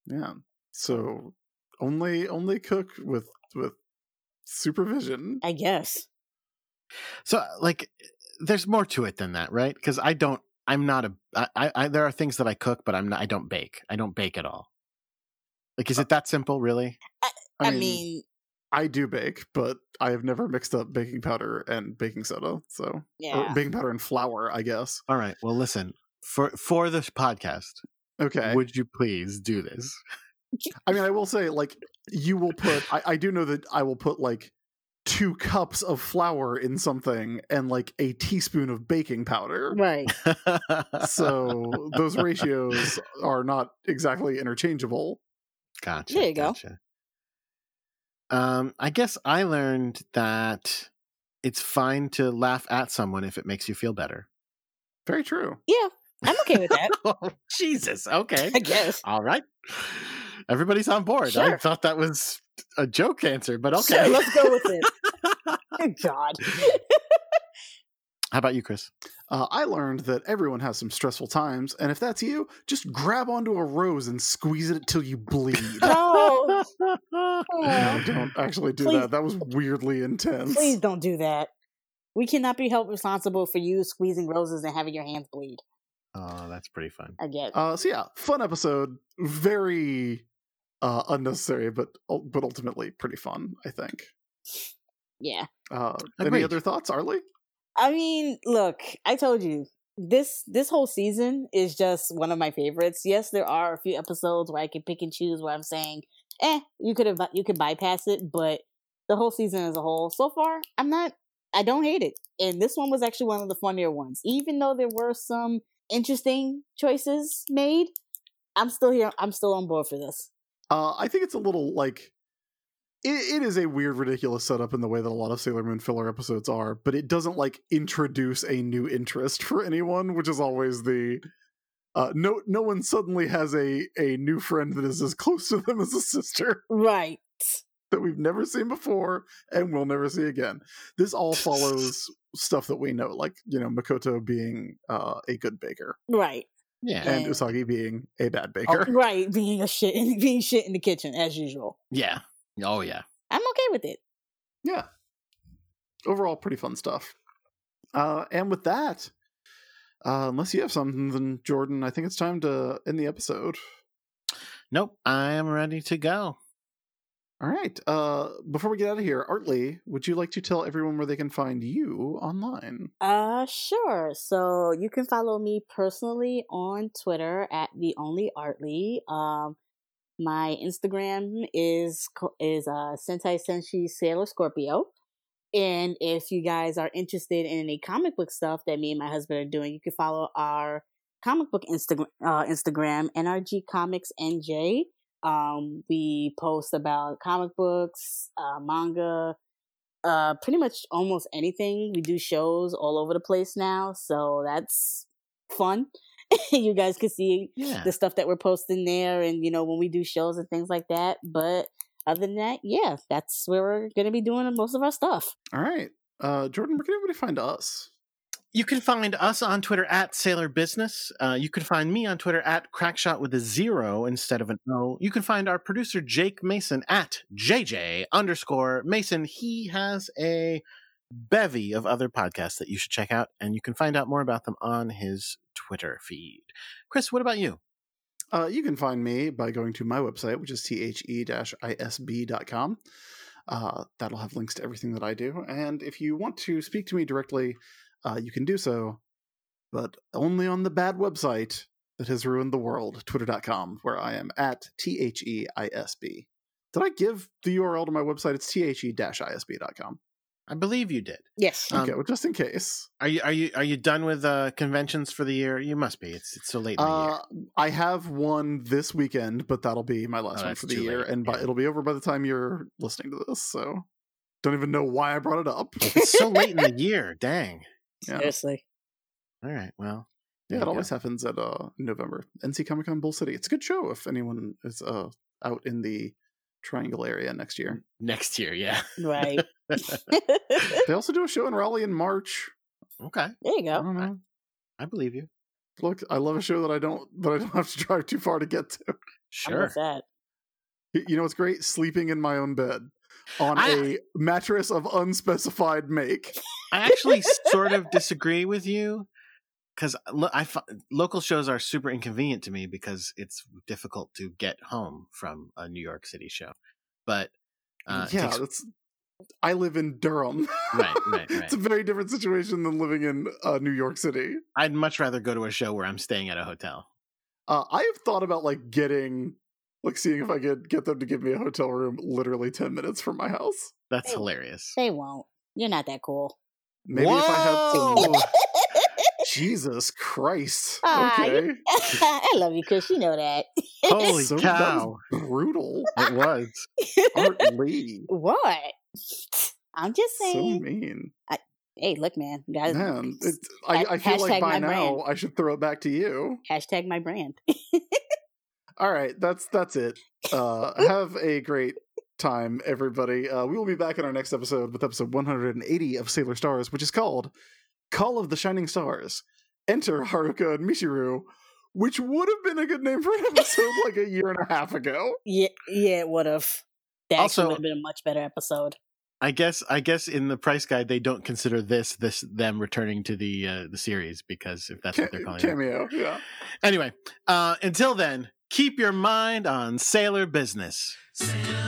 Yeah. So only only cook with with supervision.
I guess.
So uh, like there's more to it than that, right? Because I don't I'm not a I, I I there are things that I cook, but I'm not I don't bake. I don't bake at all. Like is it that simple, really?
I, mean,
I do bake, but I have never mixed up baking powder and baking soda. So or
yeah.
baking powder and flour, I guess.
All right. Well listen, for for this podcast,
Okay.
would you please do this?
I mean, I will say, like, you will put. I, I do know that I will put like two cups of flour in something and like a teaspoon of baking powder.
Right.
So those ratios are not exactly interchangeable.
[laughs] Gotcha.
There you go.
gotcha. Um, I guess I learned that it's fine to laugh at someone if it makes you feel better.
Very true.
Yeah. I'm okay with that.
oh, Jesus. [laughs] Okay.
I guess.
All right. Everybody's on board. I
Sure.
thought that was a joke answer, but okay.
Sure, let's go with
[laughs]
it. Good God.
How about you, Chris?
Uh, I learned that everyone has some stressful times, and if that's you, just grab onto a rose and squeeze it till you bleed.
[laughs]
Oh. [laughs]
No.
no, don't actually do
Please.
that. That was weirdly intense.
Please don't do that. We cannot be held responsible for you squeezing roses and having your hands bleed.
Oh, that's pretty fun.
I guess.
Uh, so yeah, fun episode. Very uh, unnecessary, but ul- but ultimately pretty fun. I think.
yeah.
Uh,
Agreed.
any other thoughts, Arlie?
I mean, look, I told you. This this whole season is just one of my favorites. Yes, there are a few episodes where I can pick and choose where I'm saying, "Eh, you could have you could bypass it," but the whole season as a whole, so far, I'm not I don't hate it. And this one was actually one of the funnier ones. Even though there were some interesting choices made, I'm still here. I'm still on board for this.
Uh, I think it's a little like it, it is a weird, ridiculous setup in the way that a lot of Sailor Moon filler episodes are, but it doesn't like introduce a new interest [laughs] for anyone, which is always the uh, no no one suddenly has a a new friend that is as close to them as a sister
Right.
that we've never seen before and will never see again. This all follows stuff that we know, like you know Makoto being uh, a good baker
Right.
Yeah.
and
Yeah.
Usagi being a bad baker.
Right. Being a shit in, [laughs] being shit in the kitchen as usual.
Yeah. Oh, yeah.
I'm okay with it.
yeah [laughs] overall pretty fun stuff uh and with that uh unless you have something then jordan i think it's time to end the episode
Nope. I am ready to go.
all right uh before we get out of here artley would you like to tell everyone where they can find you online
Uh sure. So you can follow me personally on Twitter at the only Artley. Um my Instagram is co- is uh Sentai Senshi Sailor Scorpio. And if you guys are interested in any comic book stuff that me and my husband are doing, you can follow our comic book Instagram uh Instagram NRG Comics NJ. Um we post about comic books, uh manga, uh pretty much almost anything we do shows all over the place now so that's fun [laughs] you guys can see
Yeah.
the stuff that we're posting there and you know when we do shows and things like that but other than that yeah that's where we're gonna be doing most of our stuff
all right uh jordan where can everybody find us
You can find us on Twitter at Sailor Business. Uh, you can find me on Twitter at Crackshot with a zero instead of an O. You can find our producer Jake Mason at JJ underscore Mason. He has a bevy of other podcasts that you should check out, and you can find out more about them on his Twitter feed. Chris, what about you?
Uh, you can find me by going to my website, which is the-isb.com. Uh, that'll have links to everything that I do. And if you want to speak to me directly, uh, you can do so, but only on the bad website that has ruined the world, twitter.com, where I am at E T-H-E-I-S-B. Did I give the URL to my website? It's E the-isb.com.
I believe you did.
yes
Um,
Okay, well, just in case.
Are you are you are you done with uh, conventions for the year? You must be. It's it's so late in the year.
Uh, I have one this weekend, but that'll be my
Oh,
last one
that's
for the
too
year,
late,
and by,
yeah.
it'll be over by the time you're listening to this. So, don't even know why I brought
[laughs]
it up.
It's so late
[laughs]
in the year. Dang.
Yeah.
seriously
All right. Well. there
Yeah,
you
it
go.
always happens at uh November. NC Comic Con Bull City. It's a good show if anyone is uh out in the Triangle area next year.
next year.
[laughs]
Yeah.
right [laughs] there
they also do a show in Raleigh in March.
Okay.
you
I
go
don't know.
Oh, I believe you.
Look, I love a show that I don't that I don't have to drive too far to get to.
i'm
Sure.
with that
Y- You know what's great? Sleeping in my own bed on
I-
a mattress of unspecified make.
I actually sort of disagree with you because lo- I fi- local shows are super inconvenient to me because it's difficult to get home from a New York City show. But uh, it
yeah,
takes-
that's. I live in Durham. [laughs]
Right, right, right.
it's a very different situation than living in uh, New York City.
I'd much rather go to a show where I'm staying at a hotel.
Uh, I have thought about like getting like seeing if I could get them to give me a hotel room literally 10 minutes from my house.
That's hilarious.
[laughs]
They won't. You're not that cool. [laughs]
Maybe if I had
Whoa! [laughs]
Jesus Christ.
Ah,
Okay.
I love you, Chris. You know that.
Holy
So that
cow!
was brutal.
[laughs] It was.
Art Lee.
[laughs] what? I'm just
So
saying.
mean.
hey, look, man. You gotta- [laughs]
Man, it, I, I feel
Hashtag
like by
my
now
brand.
I should throw it back to you.
hashtag my brand.
All right, that's that's it. Uh, have a great time, everybody. Uh, we will be back in our next episode with episode 180 of Sailor Stars, which is called Call of the Shining Stars. Enter Haruka and Mishiru, which would have been a good name for an episode like a year and a half ago.
yeah, yeah, it would have. That
Also-
actually would have been a much better episode.
I guess. I guess in the price guide they don't consider this this them returning to the uh, the series because if that's what
[laughs]
they're
Ca-
calling it.
Cameo, yeah.
Anyway, uh, until then, keep your mind on sailor business.
Sailor